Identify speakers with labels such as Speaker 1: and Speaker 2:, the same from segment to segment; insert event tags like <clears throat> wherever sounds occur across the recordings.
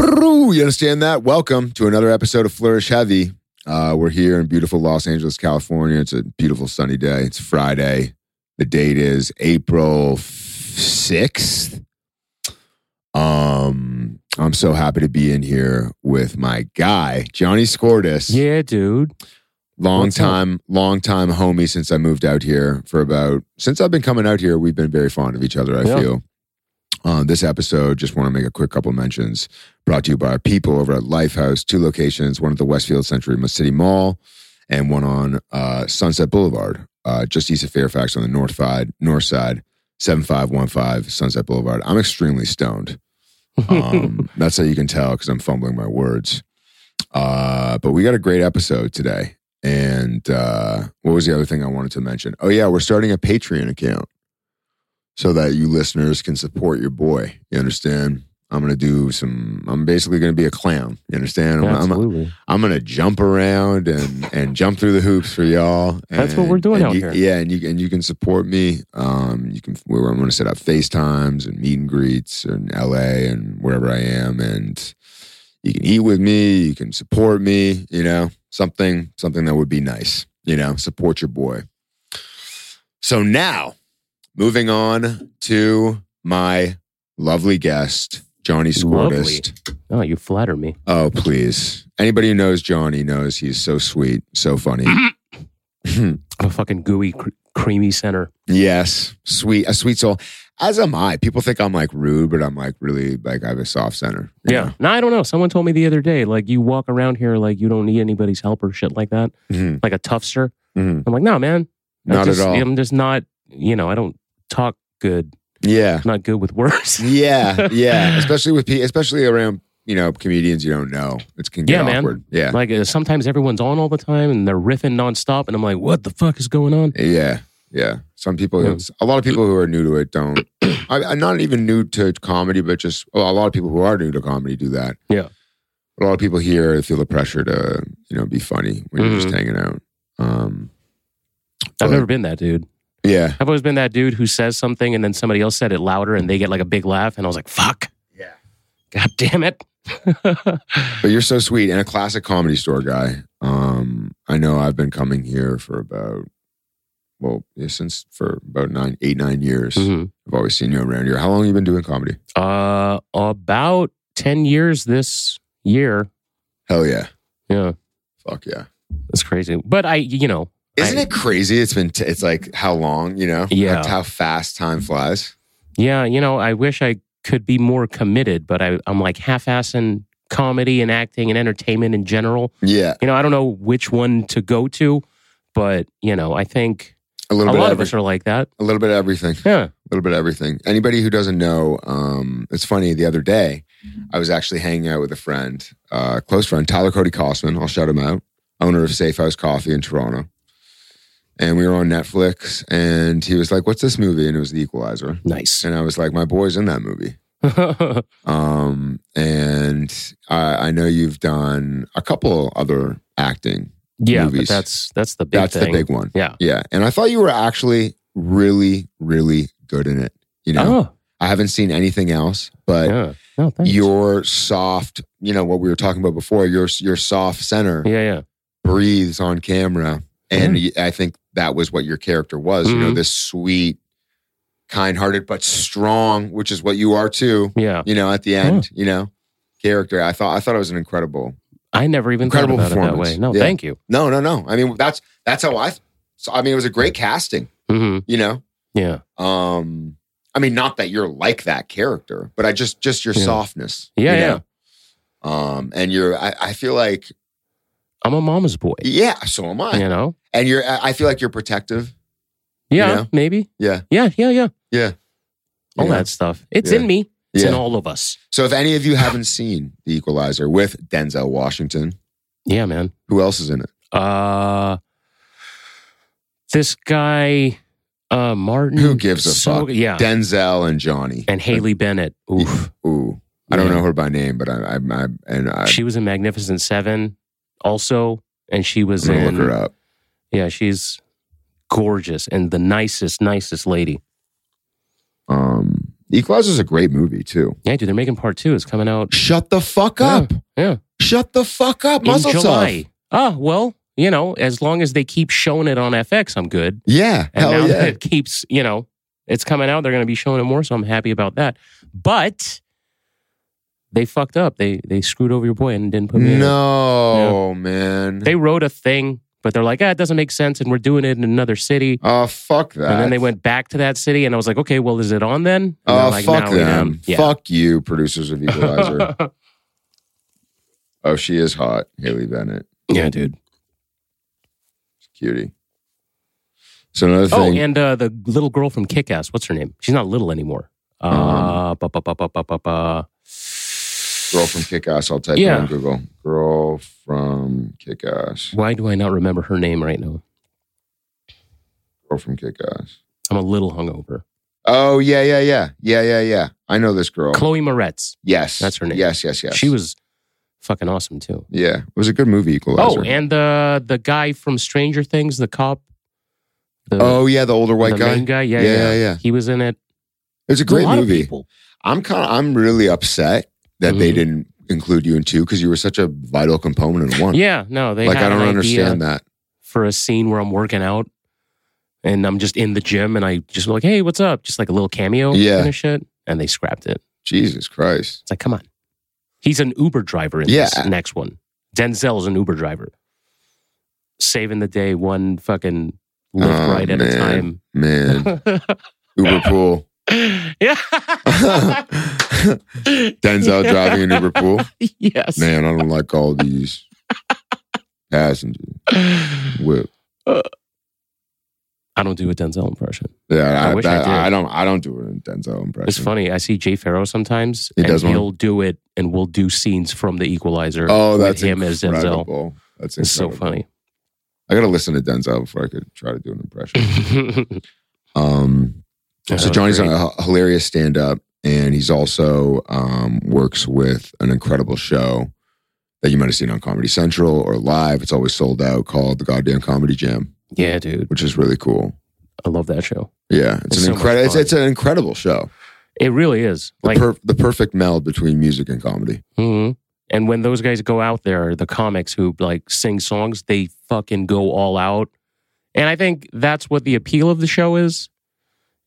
Speaker 1: Brrrr. You understand that? Welcome to another episode of Flourish Heavy. Uh, we're here in beautiful Los Angeles, California. It's a beautiful sunny day. It's Friday. The date is April 6th. Um, I'm so happy to be in here with my guy, Johnny Scordis.
Speaker 2: Yeah, dude.
Speaker 1: Long
Speaker 2: What's up?
Speaker 1: time, long time homie since I moved out here for about since I've been coming out here, we've been very fond of each other, I
Speaker 2: Yeah.
Speaker 1: feel. Uh, this episode, just want to make a quick couple mentions brought to you by our people over at Lifehouse, two locations, one at the Westfield Century City Mall and one on uh, Sunset Boulevard, uh, just east of Fairfax on the north side, north side, 7515 Sunset Boulevard. I'm extremely stoned.
Speaker 2: <laughs>
Speaker 1: Um, that's how you can tell because I'm fumbling my words. Uh, but we got a great episode today. And uh, what was the other thing I wanted to mention? Oh, yeah, we're starting a Patreon account so that you listeners can support your boy. You understand? I'm going to do some, I'm basically going to be a clown. You understand? I'm- I'm,
Speaker 2: Absolutely.
Speaker 1: I'm gonna jump around and and jump through the hoops for y'all.
Speaker 2: That's what
Speaker 1: And-
Speaker 2: we're doing
Speaker 1: and
Speaker 2: out
Speaker 1: you-
Speaker 2: here.
Speaker 1: Yeah, and you and you can support me. Um, you can where I'm gonna set up FaceTimes and meet and greets in LA and wherever I am, and you can eat with me. You can support me. You know something something that would be nice. You know support your boy. So now, moving on to my lovely guest, Johnny
Speaker 2: Lovely.
Speaker 1: Squirtist.
Speaker 2: oh, you flatter me.
Speaker 1: Oh, please. Anybody who knows Johnny knows he's so sweet, so funny.
Speaker 2: I'm a fucking gooey, cr- creamy center.
Speaker 1: <clears throat> yes, sweet, a sweet soul. As am I. People think I'm like rude, but I'm like really like I have a soft center. you know?
Speaker 2: No, I don't know. Someone told me the other day, like you walk around here like you don't need anybody's help or shit like that,
Speaker 1: Mhm,
Speaker 2: like a toughster.
Speaker 1: mhm.
Speaker 2: I'm like, no, man. I
Speaker 1: Not
Speaker 2: just-
Speaker 1: at all.
Speaker 2: I'm just not. You know, I don't talk good.
Speaker 1: Yeah.
Speaker 2: I'm not good with <laughs> words.
Speaker 1: Yeah.
Speaker 2: <laughs>
Speaker 1: Yeah. especially with pe especially around, you know, comedians you don't know. It's can get
Speaker 2: Yeah, man.
Speaker 1: awkward. Yeah.
Speaker 2: Like uh, sometimes everyone's on all the time and they're riffing nonstop, and I'm like, what the fuck is going on?
Speaker 1: Yeah, yeah. Some people,
Speaker 2: Yeah.
Speaker 1: a lot of people who are new to it don't. I, I'm not even new to comedy, but just well, a lot of people who are new to comedy do that.
Speaker 2: Yeah.
Speaker 1: a lot of people here feel the pressure to you know be funny when you're
Speaker 2: Mhm.
Speaker 1: just hanging out. Um,
Speaker 2: I've
Speaker 1: But-
Speaker 2: never been that dude.
Speaker 1: yeah,
Speaker 2: I've always been that dude who says something and then somebody else said it louder and they get like a big laugh, and I was like, fuck.
Speaker 1: Yeah.
Speaker 2: God damn it. <laughs>
Speaker 1: but you're so sweet and a classic comedy store guy. Um, I know I've been coming here for about well yeah, since for about nine, eight, nine years.
Speaker 2: Mhm.
Speaker 1: I've always seen you around here. How long have you been doing comedy?
Speaker 2: Uh, about 10 years this year.
Speaker 1: Hell yeah,
Speaker 2: Yeah,
Speaker 1: fuck yeah.
Speaker 2: that's crazy. But I, you know,
Speaker 1: Isn't
Speaker 2: I-
Speaker 1: it crazy? It's been t- it's like how long, you know?
Speaker 2: Yeah.
Speaker 1: Like how fast time flies.
Speaker 2: yeah, you know, I wish I could be more committed, but I, I'm like half assing comedy and acting and entertainment in general.
Speaker 1: Yeah.
Speaker 2: You know, I don't know which one to go to, but, you know, I think
Speaker 1: A
Speaker 2: a
Speaker 1: little bit
Speaker 2: lot
Speaker 1: of
Speaker 2: of
Speaker 1: every-
Speaker 2: us are like that.
Speaker 1: a little bit of everything.
Speaker 2: Yeah.
Speaker 1: A little bit of everything. Anybody who doesn't know, um, it's funny, the other day
Speaker 2: Mm-hmm.
Speaker 1: I was actually hanging out with a friend, uh, close friend, Tyler Cody Costman. I'll shout him out, owner of Safe House Coffee in Toronto. And we were on Netflix and he was like, What's this movie? And it was The Equalizer.
Speaker 2: <laughs> Nice.
Speaker 1: And I was like, My boy's in that movie. Um, and I, I know you've done a couple other acting
Speaker 2: Yeah,
Speaker 1: movies.
Speaker 2: but that's that's the big
Speaker 1: That's
Speaker 2: thing.
Speaker 1: the big one.
Speaker 2: Yeah.
Speaker 1: Yeah. And I thought you were actually really, really good in it. You know,
Speaker 2: Oh,
Speaker 1: I haven't seen anything else, but
Speaker 2: yeah. No, thanks.
Speaker 1: your soft, you know, what we were talking about before, your your soft center
Speaker 2: yeah, yeah.
Speaker 1: breathes on camera. And y- I think that was what your character was, you know,
Speaker 2: Mhm.
Speaker 1: this sweet, kind hearted, but strong, which is what you are too,
Speaker 2: Yeah.
Speaker 1: you know, at
Speaker 2: Hmm.
Speaker 1: the end, you know, character. I thought I thought it was an incredible
Speaker 2: I never even
Speaker 1: Incredible
Speaker 2: thought about it that
Speaker 1: performance.
Speaker 2: way. No,
Speaker 1: Yeah.
Speaker 2: thank you.
Speaker 1: No, no, no. I mean, that's that's how I so I mean it was a great casting,
Speaker 2: hmm
Speaker 1: you know?
Speaker 2: Yeah.
Speaker 1: um i mean not that you're like that character but i just just your
Speaker 2: Yeah.
Speaker 1: softness
Speaker 2: Yeah,
Speaker 1: you
Speaker 2: yeah.
Speaker 1: know? um and you're I, I feel like
Speaker 2: I'm a mama's boy.
Speaker 1: yeah so am i
Speaker 2: You know?
Speaker 1: and you're i I feel like you're protective
Speaker 2: Yeah,
Speaker 1: You know?
Speaker 2: maybe.
Speaker 1: Yeah.
Speaker 2: Yeah, yeah, yeah.
Speaker 1: yeah
Speaker 2: All
Speaker 1: Yeah.
Speaker 2: that stuff. It's
Speaker 1: Yeah.
Speaker 2: in me. It's in
Speaker 1: yeah
Speaker 2: all of us.
Speaker 1: so if any of you haven't seen the equalizer with denzel washington
Speaker 2: Yeah, man.
Speaker 1: who else is in it
Speaker 2: Uh this guy uh Martin
Speaker 1: Who gives a
Speaker 2: So-
Speaker 1: fuck?
Speaker 2: Yeah.
Speaker 1: denzel and johnny
Speaker 2: Uh. and Haley Bennett. Oof.
Speaker 1: ooh i don't
Speaker 2: Yeah.
Speaker 1: know her by name but i i, I and i
Speaker 2: She was in Magnificent 7 also and she
Speaker 1: i'm
Speaker 2: was
Speaker 1: gonna
Speaker 2: in
Speaker 1: look her up
Speaker 2: Yeah, she's gorgeous and the nicest, nicest lady.
Speaker 1: um Equalizer is a great movie too.
Speaker 2: Yeah, dude, they're making part two. It's coming out
Speaker 1: Shut the fuck
Speaker 2: Yeah,
Speaker 1: up.
Speaker 2: yeah.
Speaker 1: Shut the fuck up.
Speaker 2: in
Speaker 1: Muzzle
Speaker 2: July.
Speaker 1: tough.
Speaker 2: Oh, well, you know, as long as they keep showing it on FX, I'm good.
Speaker 1: Yeah.
Speaker 2: And now
Speaker 1: Hell
Speaker 2: that
Speaker 1: yeah.
Speaker 2: it keeps, you know, it's coming out, they're going to be showing it more, so I'm happy about that. But they fucked up. They they screwed over your boy and didn't put me in. it.
Speaker 1: No, man.
Speaker 2: They wrote a thing, but they're like, ah, it doesn't make sense, and we're doing it in another city.
Speaker 1: Oh fuck that.
Speaker 2: And then they went back to that city, and I was like, okay, well, is it on then? And
Speaker 1: Oh
Speaker 2: they're like,
Speaker 1: fuck
Speaker 2: "No, we
Speaker 1: them.
Speaker 2: don't." Yeah.
Speaker 1: Fuck you, producers of
Speaker 2: <laughs>
Speaker 1: Equalizer. oh, she is hot. Haley Bennett,
Speaker 2: yeah, dude.
Speaker 1: cutie. So another
Speaker 2: Oh,
Speaker 1: thing.
Speaker 2: and uh, the little girl from Kick Ass. What's her name? She's not little anymore. Uh, ba, ba, ba, ba, ba, ba, ba.
Speaker 1: Mm-hmm. girl from Kick Ass. I'll type
Speaker 2: Yeah.
Speaker 1: it on Google. Girl from Kick Ass.
Speaker 2: Why do I not remember her name right now?
Speaker 1: Girl from Kick Ass.
Speaker 2: I'm a little hungover.
Speaker 1: Oh yeah, yeah, yeah, yeah, yeah, yeah. I know this girl.
Speaker 2: Chloe Moretz.
Speaker 1: yes,
Speaker 2: That's her name.
Speaker 1: Yes, yes, yes.
Speaker 2: She was fucking awesome too.
Speaker 1: Yeah, it was a good movie. Equalizer.
Speaker 2: Oh, and the the guy from Stranger Things, the cop. The,
Speaker 1: oh yeah, the older white
Speaker 2: the
Speaker 1: guy.
Speaker 2: main guy. Yeah,
Speaker 1: Yeah,
Speaker 2: yeah,
Speaker 1: yeah, yeah.
Speaker 2: He was in it.
Speaker 1: It's a great
Speaker 2: a lot Of
Speaker 1: movie.
Speaker 2: people.
Speaker 1: I'm kind. of I'm really upset that they
Speaker 2: Mhm.
Speaker 1: didn't include you in two because you were such a vital component in one.
Speaker 2: Yeah, no, they
Speaker 1: like
Speaker 2: had
Speaker 1: I don't
Speaker 2: an idea
Speaker 1: understand that.
Speaker 2: for a scene where I'm working out. And I'm just in the gym, and I just like, "Hey, what's up?" Just like a little cameo,
Speaker 1: Yeah.
Speaker 2: kind of shit. And they scrapped it.
Speaker 1: Jesus Christ.
Speaker 2: It's like, come on. He's an Uber driver in
Speaker 1: Yeah.
Speaker 2: this next one. Denzel's an Uber driver. Saving the day one fucking lift
Speaker 1: Oh,
Speaker 2: right at
Speaker 1: man.
Speaker 2: a
Speaker 1: Man,
Speaker 2: <laughs> time.
Speaker 1: Uber
Speaker 2: <laughs>
Speaker 1: pool.
Speaker 2: yeah.
Speaker 1: Denzel driving an Uber
Speaker 2: <laughs>
Speaker 1: pool.
Speaker 2: Yes.
Speaker 1: Man, I don't like all these passengers. Whip.
Speaker 2: I don't do a Denzel impression.
Speaker 1: Yeah, I,
Speaker 2: I wish I
Speaker 1: that-
Speaker 2: did.
Speaker 1: I, don't. I don't do an Denzel impression.
Speaker 2: It's funny. I see Jay Farrow sometimes,
Speaker 1: He
Speaker 2: and
Speaker 1: does one?
Speaker 2: he'll do it, and we'll do scenes from The Equalizer.
Speaker 1: Oh, that's
Speaker 2: with him as Denzel.
Speaker 1: incredible. That's
Speaker 2: It's so
Speaker 1: incredible.
Speaker 2: funny.
Speaker 1: I gotta listen to Denzel before I could try to do an impression.
Speaker 2: <laughs>
Speaker 1: Um,
Speaker 2: That
Speaker 1: so
Speaker 2: was
Speaker 1: Johnny's uh,
Speaker 2: great.
Speaker 1: a h- hilarious stand-up, and he's also um, works with an incredible show that you might have seen on Comedy Central or live. It's always sold out. Called the Goddamn Comedy Jam,
Speaker 2: yeah, dude.
Speaker 1: which is really cool.
Speaker 2: I love that show.
Speaker 1: Yeah, it's,
Speaker 2: It's so
Speaker 1: an
Speaker 2: much
Speaker 1: incredible. It's,
Speaker 2: fun.
Speaker 1: it's an incredible show.
Speaker 2: It really is.
Speaker 1: The,
Speaker 2: Like
Speaker 1: per- the perfect meld between music and comedy.
Speaker 2: hmm And when those guys go out there, the comics who like sing songs, they fucking go all out. And I think that's what the appeal of the show is.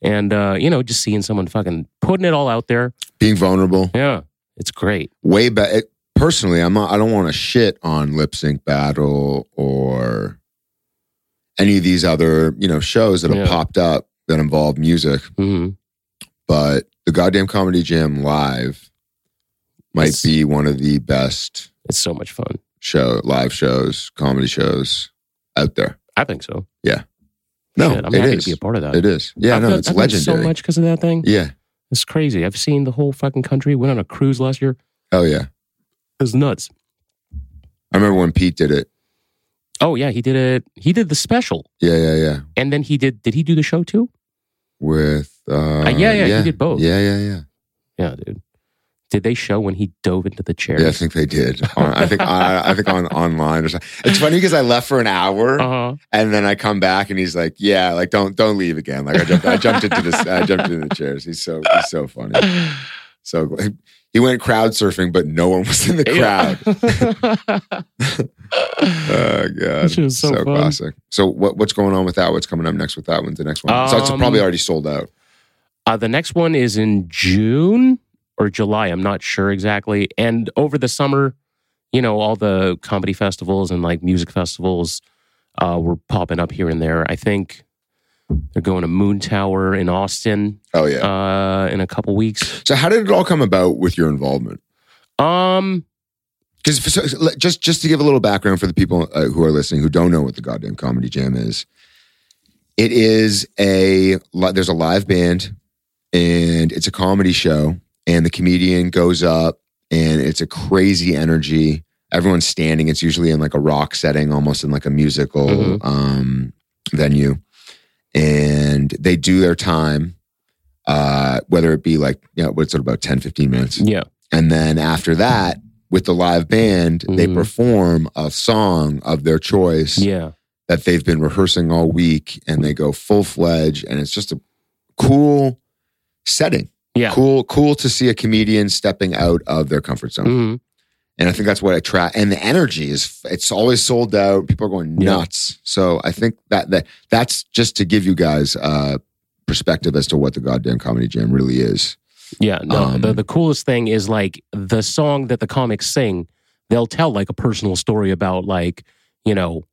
Speaker 2: And uh, you know, just seeing someone fucking putting it all out there.
Speaker 1: Being vulnerable,
Speaker 2: Yeah. It's great.
Speaker 1: way better. Personally, I'm not, I don't want to shit on Lip Sync Battle or any of these other you know shows that have
Speaker 2: Yeah.
Speaker 1: popped up that involve music.
Speaker 2: hmm
Speaker 1: but the goddamn comedy jam live might
Speaker 2: It's-
Speaker 1: be one of the best
Speaker 2: It's so much fun.
Speaker 1: show live shows comedy shows out there
Speaker 2: I think so.
Speaker 1: no
Speaker 2: Shit, I'm
Speaker 1: it
Speaker 2: happy
Speaker 1: is.
Speaker 2: to be a part of that.
Speaker 1: it is yeah
Speaker 2: I've
Speaker 1: no
Speaker 2: done-
Speaker 1: it's
Speaker 2: I've done
Speaker 1: legendary
Speaker 2: So much because of that thing.
Speaker 1: yeah
Speaker 2: It's crazy. I've seen the whole fucking country. Went on a cruise last year.
Speaker 1: oh yeah
Speaker 2: It was nuts.
Speaker 1: i remember when pete did it
Speaker 2: Oh yeah, he did it. He did the special,
Speaker 1: yeah yeah yeah
Speaker 2: and then he did. Did he do the show too?
Speaker 1: with uh,
Speaker 2: yeah, yeah, he did both.
Speaker 1: yeah yeah yeah
Speaker 2: Yeah, dude. Did they show when he dove into the chair?
Speaker 1: yeah i think they did on, i think I, I think on online or something it's funny because i left for an hour
Speaker 2: Uh-huh.
Speaker 1: and then i come back and he's like yeah like don't don't leave again like i jumped i jumped into this i jumped into the chairs he's so he's so funny So gl- he went crowd surfing, but no one was in the crowd.
Speaker 2: <laughs>
Speaker 1: Oh god,
Speaker 2: Which is so fun.
Speaker 1: classic. So what, what's going on with that? What's coming up next with that? When's the next one? so it's
Speaker 2: Um,
Speaker 1: probably already sold out.
Speaker 2: uh, the next one is in June or July. I'm not sure exactly. And over the summer, you know, all the comedy festivals and like music festivals uh, were popping up here and there. I think they're going to Moon Tower in Austin
Speaker 1: Oh yeah.
Speaker 2: uh, in a couple weeks.
Speaker 1: so how did it all come about with your involvement?
Speaker 2: Um,
Speaker 1: Because so, so let- just just to give a little background for the people uh, who are listening who don't know what the goddamn comedy jam is, it is a li- there's a live band, and it's a comedy show, and the comedian goes up, and it's a crazy energy. Everyone's standing. It's usually in like a rock setting, almost in like a musical
Speaker 2: Mhm.
Speaker 1: um, venue, and they do their time. Uh, whether it be like, yeah, what's it about 10, 15 minutes?
Speaker 2: yeah,
Speaker 1: And then after that, with the live band, they
Speaker 2: Mhm.
Speaker 1: perform a song of their choice
Speaker 2: yeah.
Speaker 1: that they've been rehearsing all week and they go full fledged. And it's just a cool setting.
Speaker 2: Yeah.
Speaker 1: Cool, cool to see a comedian stepping out of their comfort zone.
Speaker 2: Mhm.
Speaker 1: And I think that's what attract and the energy is it's always sold out. People are going
Speaker 2: Yeah.
Speaker 1: nuts. So I think that that that's just to give you guys uh perspective as to what the goddamn comedy jam really is.
Speaker 2: Yeah, no.
Speaker 1: Um,
Speaker 2: the the coolest thing is like the song that the comics sing. They'll tell like a personal story about like you know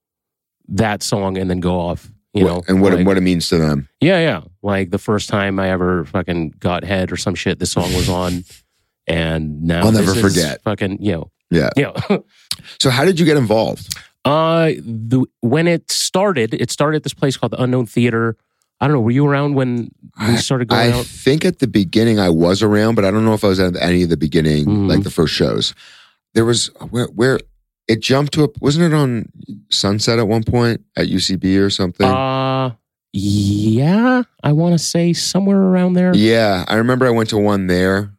Speaker 2: that song and then go off. You
Speaker 1: What-
Speaker 2: know,
Speaker 1: and what
Speaker 2: like-
Speaker 1: it, what it means to them.
Speaker 2: Yeah, yeah. Like the first time I ever fucking got head or some shit, this song was on, and now
Speaker 1: I'll never
Speaker 2: this is
Speaker 1: forget.
Speaker 2: Fucking you know,
Speaker 1: Yeah.
Speaker 2: you know.
Speaker 1: So how did you get involved?
Speaker 2: <laughs> Uh, the, when it started, it started at this place called the Unknown Theater. I don't know. Were you around when we started
Speaker 1: I
Speaker 2: going out?
Speaker 1: think at the beginning I was around, but I don't know if I was at any of the beginning,
Speaker 2: Mhm.
Speaker 1: like the first shows. There was where where it jumped to a wasn't it on Sunset at one point at UCB or something?
Speaker 2: Uh, yeah. I want to say somewhere around there.
Speaker 1: yeah, I remember I went to one there,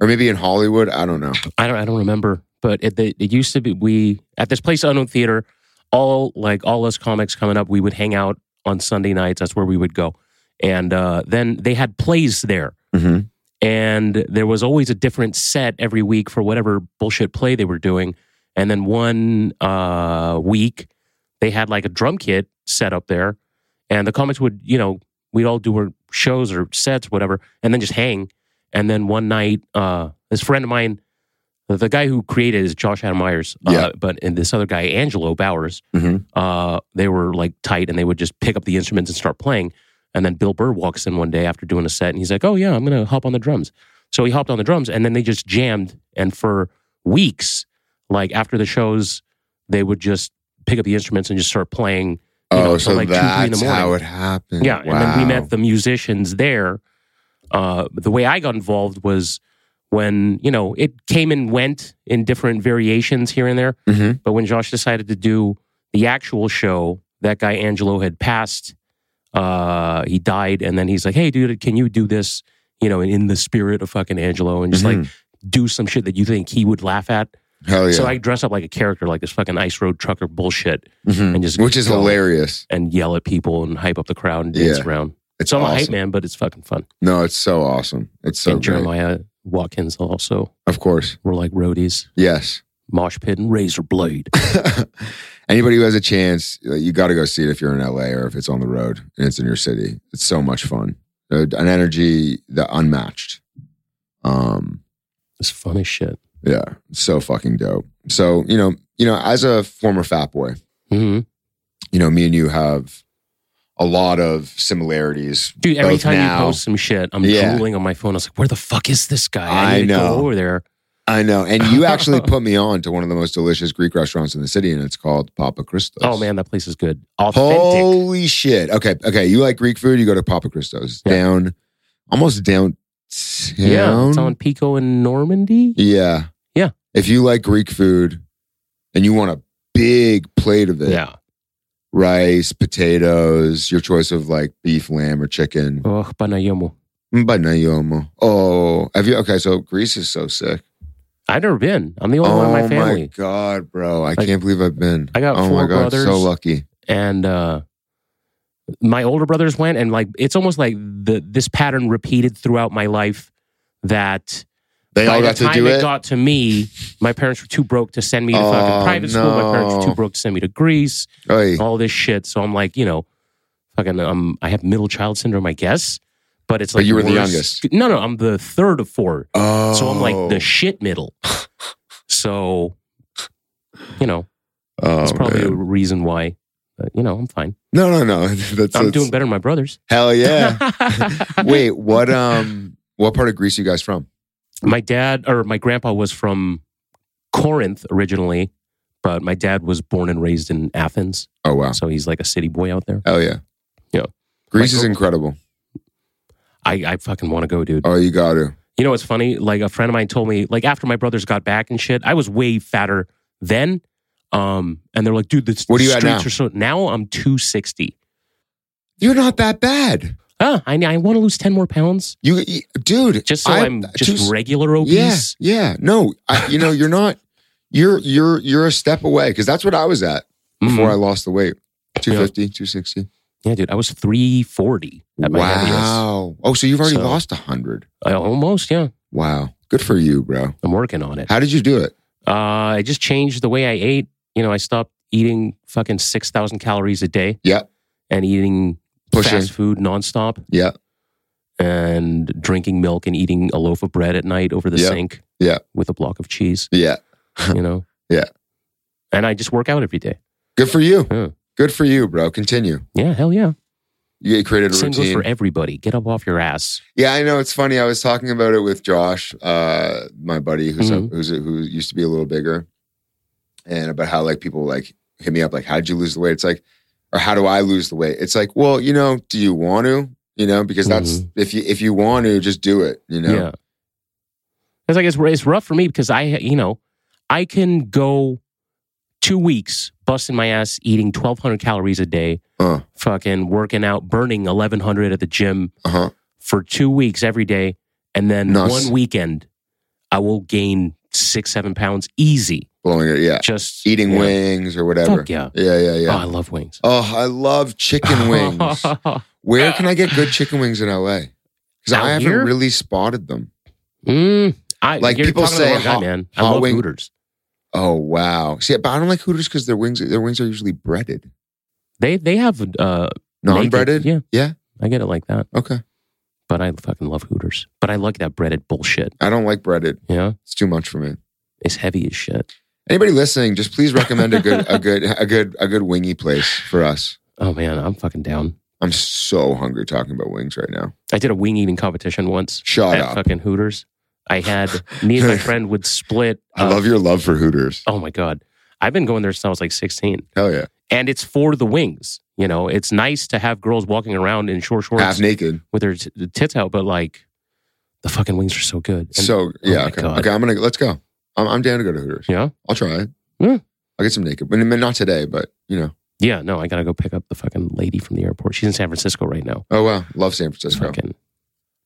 Speaker 1: or maybe in Hollywood. I don't know.
Speaker 2: I don't I don't remember, but it it, it used to be we at this place unknown theater. All like all us comics coming up, we would hang out on Sunday nights. That's where we would go, and uh, then they had plays there,
Speaker 1: Mm-hmm.
Speaker 2: and there was always a different set every week for whatever bullshit play they were doing. And then one uh, week, they had like a drum kit set up there, and the comics would, you know, we'd all do our shows or sets, whatever, and then just hang. And then one night, uh, this friend of mine, the- the guy who created it is Josh Adam Myers, uh,
Speaker 1: Yeah.
Speaker 2: but and this other guy, Angelo Bowers,
Speaker 1: Mhm.
Speaker 2: uh, they were like tight and they would just pick up the instruments and start playing. And then Bill Burr walks in one day after doing a set and he's like, oh, yeah, I'm going to hop on the drums. So he hopped on the drums and then they just jammed. And for weeks, like after the shows, they would just pick up the instruments and just start playing. You
Speaker 1: Oh,
Speaker 2: know,
Speaker 1: so
Speaker 2: till like two, three in the
Speaker 1: that's
Speaker 2: morning.
Speaker 1: how it happened.
Speaker 2: Yeah.
Speaker 1: wow.
Speaker 2: And then we met the musicians there. Uh, the way I got involved was when, you know, it came and went in different variations here and there.
Speaker 1: Mhm.
Speaker 2: But when Josh decided to do the actual show, that guy Angelo had passed. Uh, he died, and then he's like, "Hey, dude, can you do this? You know, in, in the spirit of fucking Angelo, and just like do some shit that you think he would laugh at."
Speaker 1: Hell Mm-hmm. Oh, yeah!
Speaker 2: So I dress up like a character, like this fucking ice road trucker bullshit,
Speaker 1: Mhm.
Speaker 2: and just
Speaker 1: Which is
Speaker 2: go
Speaker 1: hilarious.
Speaker 2: and yell at people and hype up the crowd and dance
Speaker 1: Yeah.
Speaker 2: around.
Speaker 1: It's
Speaker 2: so I'm a hype
Speaker 1: awesome.
Speaker 2: man, but it's fucking fun.
Speaker 1: No, it's so awesome. It's so
Speaker 2: and
Speaker 1: great.
Speaker 2: Jeremiah Watkins also
Speaker 1: Of course,
Speaker 2: were like roadies,
Speaker 1: yes.
Speaker 2: mosh pit and razor blade.
Speaker 1: <laughs> Anybody who has a chance, uh, you got to go see it if you're in LA or if it's on the road and it's in your city. It's so much fun. Uh, An energy that unmatched. Um,
Speaker 2: it's fun as shit.
Speaker 1: yeah, so fucking dope. So you know, you know, as a former fat boy,
Speaker 2: hmm
Speaker 1: you know, me and you have a lot of similarities.
Speaker 2: Dude, every
Speaker 1: both
Speaker 2: time
Speaker 1: now-
Speaker 2: you post some shit, I'm
Speaker 1: Yeah,
Speaker 2: drooling on my phone. I was like, where the fuck is this guy?
Speaker 1: I
Speaker 2: need to
Speaker 1: know.
Speaker 2: go over there.
Speaker 1: I know, and you
Speaker 2: <laughs>
Speaker 1: actually put me on to one of the most delicious Greek restaurants in the city, and it's called Papa Christos.
Speaker 2: Oh man, that place is good. Authentic.
Speaker 1: Holy shit. Okay. Okay. You like Greek food, you go to Papa Christos.
Speaker 2: Yeah.
Speaker 1: Down almost downtown.
Speaker 2: yeah, it's on Pico in Normandy.
Speaker 1: Yeah.
Speaker 2: Yeah.
Speaker 1: If you like Greek food and you want a big plate of it,
Speaker 2: Yeah.
Speaker 1: rice, potatoes, your choice of like beef, lamb, or chicken.
Speaker 2: Oh, Panayomo.
Speaker 1: Mbanayomo. Oh, have you okay, so Greece is so sick.
Speaker 2: I've never been. I'm the only one
Speaker 1: oh
Speaker 2: in my family.
Speaker 1: god, bro. I
Speaker 2: Like,
Speaker 1: can't believe I've been.
Speaker 2: I got
Speaker 1: oh
Speaker 2: four
Speaker 1: my god,
Speaker 2: brothers.
Speaker 1: so lucky.
Speaker 2: And uh my older brothers went and like it's almost like the this pattern repeated throughout my life that
Speaker 1: They
Speaker 2: by
Speaker 1: all
Speaker 2: the
Speaker 1: got to
Speaker 2: time
Speaker 1: do it.
Speaker 2: got to me, my parents were too broke to send me to
Speaker 1: Oh,
Speaker 2: fucking private school. My parents were
Speaker 1: no.
Speaker 2: too broke to send me to Greece.
Speaker 1: Oy.
Speaker 2: all this shit. So I'm like, you know, fucking, um, I have middle child syndrome, I guess. But it's
Speaker 1: But
Speaker 2: like
Speaker 1: you were the
Speaker 2: worse-
Speaker 1: youngest.
Speaker 2: No, no, I'm the third of four.
Speaker 1: Oh.
Speaker 2: So I'm like the shit middle. so, you know,
Speaker 1: Oh,
Speaker 2: it's probably
Speaker 1: man.
Speaker 2: a reason why. But, you know, I'm fine.
Speaker 1: No, no, no. <laughs> That's,
Speaker 2: I'm
Speaker 1: that's-
Speaker 2: doing better than my brothers.
Speaker 1: hell
Speaker 2: <laughs>
Speaker 1: yeah. <laughs> Wait, what um what part of Greece you guys from?
Speaker 2: my dad or my grandpa was from Corinth originally, but my dad was born and raised in Athens,
Speaker 1: Oh wow.
Speaker 2: so he's like a city boy out there.
Speaker 1: Hell yeah.
Speaker 2: Yeah.
Speaker 1: Greece is
Speaker 2: Like-
Speaker 1: incredible.
Speaker 2: I, I fucking want to go, dude.
Speaker 1: Oh, you got to.
Speaker 2: You know what's funny? Like a friend of mine told me, like after my brothers got back and shit, I was way fatter then. Um, and they're like, dude, this
Speaker 1: What are you
Speaker 2: the
Speaker 1: at
Speaker 2: streets
Speaker 1: now?
Speaker 2: are so now I'm two sixty.
Speaker 1: You're not that bad.
Speaker 2: Ah, I I want to lose ten more pounds
Speaker 1: You, you- dude,
Speaker 2: just so I, am just
Speaker 1: two-
Speaker 2: regular
Speaker 1: Yeah,
Speaker 2: obese.
Speaker 1: yeah. No, I, you know, you're not you're you're you're a step away cuz that's what I was at
Speaker 2: Mhm.
Speaker 1: before I lost the weight. 250, 260.
Speaker 2: Yeah, dude, I was 340 at my heaviest.
Speaker 1: Wow. Oh, so you've already
Speaker 2: So-
Speaker 1: lost a hundred.
Speaker 2: I almost, yeah.
Speaker 1: Wow. Good for you, bro.
Speaker 2: I'm working on it.
Speaker 1: How did you do it?
Speaker 2: Uh, I just changed the way I ate. You know, I stopped eating fucking 6,000 calories a day.
Speaker 1: Yeah.
Speaker 2: And eating
Speaker 1: Pushing.
Speaker 2: fast food nonstop
Speaker 1: Yeah.
Speaker 2: and drinking milk and eating a loaf of bread at night over the
Speaker 1: Yeah.
Speaker 2: sink.
Speaker 1: Yeah.
Speaker 2: With a block
Speaker 1: <laughs>
Speaker 2: of cheese,
Speaker 1: Yeah.
Speaker 2: you know?
Speaker 1: Yeah.
Speaker 2: And I just work out every day.
Speaker 1: Good for you.
Speaker 2: Yeah.
Speaker 1: Good for you, bro. Continue.
Speaker 2: Yeah, hell yeah.
Speaker 1: You created a
Speaker 2: Same goes
Speaker 1: routine.
Speaker 2: for everybody. Get up off your ass.
Speaker 1: Yeah, I know. It's funny. I was talking about it with Josh, uh, my buddy, who's
Speaker 2: Mhm.
Speaker 1: a, who's a, who used to be a little bigger, and about how like people like hit me up like, "How did you lose the weight?" It's like, or how do I lose the weight? It's like, well, you know, do you want to? You know, because that's if you if you want to, just do it. You know,
Speaker 2: Mm-hmm. Yeah. It's like it's, it's rough for me because I, you know, I can go two weeks busting my ass, eating 1,200 calories a day,
Speaker 1: Uh.
Speaker 2: fucking working out, burning 1,100 at the gym
Speaker 1: uh huh.
Speaker 2: for two weeks every day. And then
Speaker 1: Nice.
Speaker 2: one weekend, I will gain six, seven pounds easy.
Speaker 1: Blowing it, yeah.
Speaker 2: Just
Speaker 1: Eating
Speaker 2: you know,
Speaker 1: wings or whatever.
Speaker 2: Fuck yeah.
Speaker 1: Yeah, yeah,
Speaker 2: Oh,
Speaker 1: yeah.
Speaker 2: I love wings.
Speaker 1: Oh, I love
Speaker 2: <laughs>
Speaker 1: chicken wings. Where can I get good chicken wings in LA? Because
Speaker 2: Uh, Out
Speaker 1: I haven't
Speaker 2: here?
Speaker 1: really spotted them.
Speaker 2: Mm, I,
Speaker 1: Like
Speaker 2: you're
Speaker 1: people
Speaker 2: talking to the
Speaker 1: say
Speaker 2: wrong guy,
Speaker 1: hot-
Speaker 2: man. I
Speaker 1: hot
Speaker 2: love
Speaker 1: wing-
Speaker 2: Hooters.
Speaker 1: Oh wow! See, but I don't like Hooters because their wings their wings are usually breaded,
Speaker 2: They they have uh,
Speaker 1: non
Speaker 2: naked-
Speaker 1: breaded.
Speaker 2: Yeah,
Speaker 1: Yeah.
Speaker 2: I get it like that.
Speaker 1: Okay.
Speaker 2: but I fucking love Hooters. But I like that breaded bullshit.
Speaker 1: I don't like breaded.
Speaker 2: You know,
Speaker 1: It's too much for me.
Speaker 2: it's heavy as shit.
Speaker 1: Anybody listening, just please recommend a good a good a good a good wingy place for us.
Speaker 2: Oh man, I'm fucking down.
Speaker 1: I'm so hungry talking about wings right now.
Speaker 2: I did a wing eating competition once
Speaker 1: Shut
Speaker 2: at
Speaker 1: up!
Speaker 2: fucking Hooters.
Speaker 1: <laughs>
Speaker 2: I had me and my friend would split.
Speaker 1: I
Speaker 2: uh,
Speaker 1: love your love for Hooters.
Speaker 2: Oh my god, I've been going there since I was like 16,
Speaker 1: Hell yeah!
Speaker 2: and it's for the wings. You know, it's nice to have girls walking around in short shorts
Speaker 1: Half naked.
Speaker 2: with their t- tits out, but like the fucking wings are so good. And, Oh
Speaker 1: So yeah.
Speaker 2: my
Speaker 1: okay.
Speaker 2: God.
Speaker 1: Okay. I'm gonna let's go. I'm, I'm down to go to Hooters.
Speaker 2: you know,
Speaker 1: I'll try it.
Speaker 2: Yeah.
Speaker 1: I'll get some naked, but I mean, not today. But you know.
Speaker 2: yeah, no, I gotta go pick up the fucking lady from the airport. She's in San Francisco right now.
Speaker 1: Oh wow! Love San Francisco.
Speaker 2: Fucking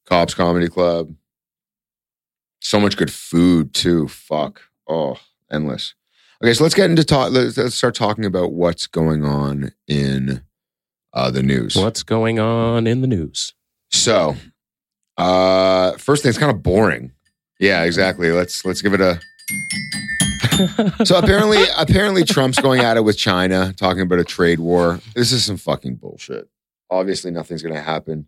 Speaker 1: Cobb's Comedy Club. So much good food too. Fuck. Oh, endless. Okay, so let's get into talk. Let's, let's start talking about what's going on in uh, the news.
Speaker 2: what's going on in the <sighs> news?
Speaker 1: So, uh, first thing, it's kind of boring. Yeah, exactly. Let's let's give it a. So apparently, apparently, Trump's going at it with China, talking about a trade war. This is some fucking bullshit. Obviously, nothing's going to happen.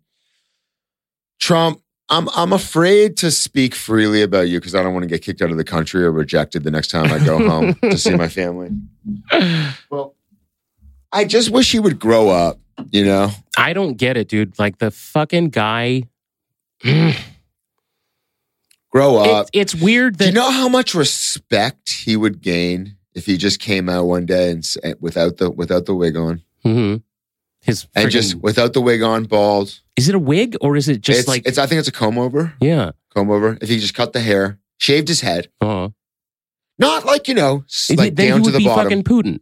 Speaker 1: Trump, I'm I'm afraid to speak freely about you because I don't want to get kicked out of the country or rejected the next time I go home to see my family. Well, I just wish he would grow up. You know,
Speaker 2: I don't get it, dude. Like the
Speaker 1: <sighs>
Speaker 2: fucking guy.
Speaker 1: Uh,
Speaker 2: It-
Speaker 1: grow up.
Speaker 2: it's weird
Speaker 1: Do
Speaker 2: that
Speaker 1: you know how much respect he would gain if he just came out one day and s- without the without the wig on
Speaker 2: Mhm. his
Speaker 1: and
Speaker 2: friggin-
Speaker 1: just without the wig on, bald?
Speaker 2: is it a wig or is it just
Speaker 1: it's,
Speaker 2: like
Speaker 1: it's. I think it's a comb over.
Speaker 2: yeah?
Speaker 1: Comb over. If he just cut the hair, shaved his head,
Speaker 2: Uh,
Speaker 1: not like you know, s-
Speaker 2: then
Speaker 1: like
Speaker 2: then
Speaker 1: down
Speaker 2: he
Speaker 1: to
Speaker 2: would
Speaker 1: the
Speaker 2: be
Speaker 1: bottom.
Speaker 2: fucking Putin.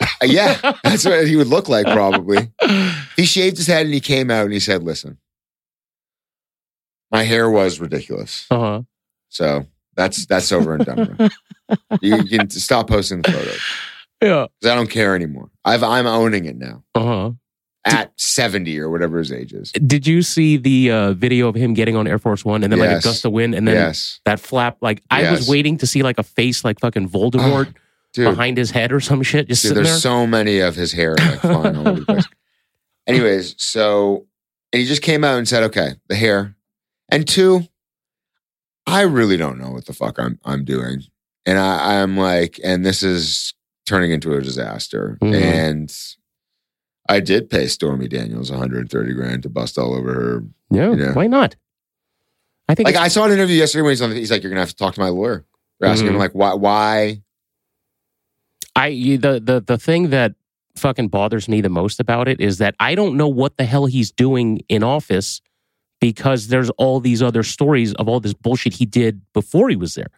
Speaker 1: Uh, yeah, that's what he would look like probably. he shaved his head and he came out and he said, "Listen, my hair was ridiculous,
Speaker 2: <laughs> Uh-huh.
Speaker 1: so that's that's over and done
Speaker 2: <laughs>
Speaker 1: with. you can stop posting the photos
Speaker 2: Yeah.
Speaker 1: because I don't care anymore. I've I'm owning it now."
Speaker 2: Uh huh.
Speaker 1: at 70 or whatever his age is.
Speaker 2: Did you see the uh, video of him getting on Air Force One and then like a
Speaker 1: Yes.
Speaker 2: gust of wind and then
Speaker 1: yes.
Speaker 2: that flap? Like I was
Speaker 1: Yes.
Speaker 2: waiting to see like a face
Speaker 1: <sighs>
Speaker 2: like fucking Voldemort
Speaker 1: Dude,
Speaker 2: behind his head or some shit just
Speaker 1: dude,
Speaker 2: sitting
Speaker 1: there's
Speaker 2: there.
Speaker 1: so many of his hair
Speaker 2: <laughs>
Speaker 1: like flying all over the place. Anyways, so and he just came out and said, okay, the hair. And two, I really don't know what the fuck I'm I'm doing. And I, I'm like, and this is turning into a disaster.
Speaker 2: Mhm.
Speaker 1: And I did pay Stormy Daniels 130 grand to bust all over her.
Speaker 2: yeah,
Speaker 1: yeah.
Speaker 2: Why not? I think
Speaker 1: Like
Speaker 2: it's-
Speaker 1: I saw an interview yesterday when he's on. The, he's like, you're gonna have to talk to my lawyer. They're asking
Speaker 2: Mhm.
Speaker 1: him like, why? Why?
Speaker 2: I you- the the the thing that fucking bothers me the most about it is that I don't know what the hell he's doing in office because there's all these other stories of all this bullshit he did before he was there.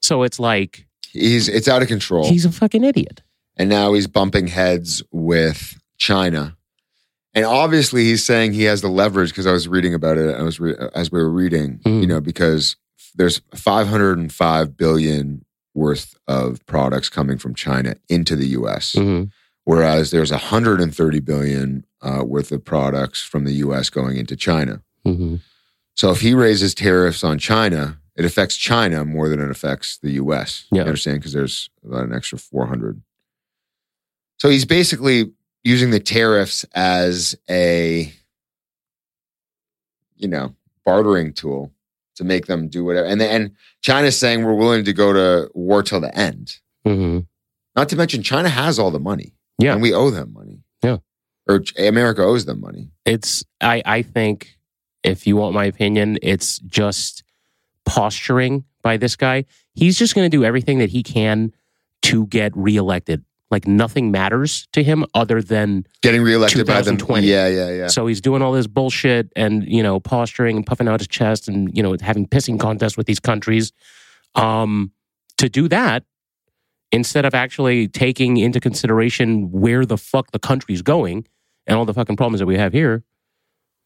Speaker 2: So it's like
Speaker 1: He's it's out of control.
Speaker 2: he's a fucking idiot.
Speaker 1: and now he's bumping heads with China. And obviously, he's saying he has the leverage because I was reading about it. I was re- as we were reading,
Speaker 2: Mhm.
Speaker 1: you know, because there's 505 billion worth of products coming from China into the U.S.
Speaker 2: Mm-hmm.
Speaker 1: whereas there's 130 billion uh, worth of products from the U.S. going into China.
Speaker 2: Mm-hmm.
Speaker 1: So if he raises tariffs on China, it affects China more than it affects the U.S.
Speaker 2: Yeah.
Speaker 1: You understand? Because there's about an extra 400. So he's basically using the tariffs as a, you know, bartering tool to make them do whatever. And and China's saying we're willing to go to war till the end.
Speaker 2: Mm-hmm.
Speaker 1: Not to mention China has all the money.
Speaker 2: Yeah.
Speaker 1: And we owe them money.
Speaker 2: Yeah.
Speaker 1: Or Ch- America owes them money.
Speaker 2: It's I I think if you want my opinion, it's just posturing by this guy. He's just going to do everything that he can to get reelected. Like nothing matters to him other than
Speaker 1: Getting reelected by them.
Speaker 2: 2020.
Speaker 1: Yeah, yeah, yeah.
Speaker 2: so he's doing all this bullshit and you know posturing and puffing out his chest and you know having pissing contests with these countries. Um, to do that instead of actually taking into consideration where the fuck the country's going and all the fucking problems that we have here.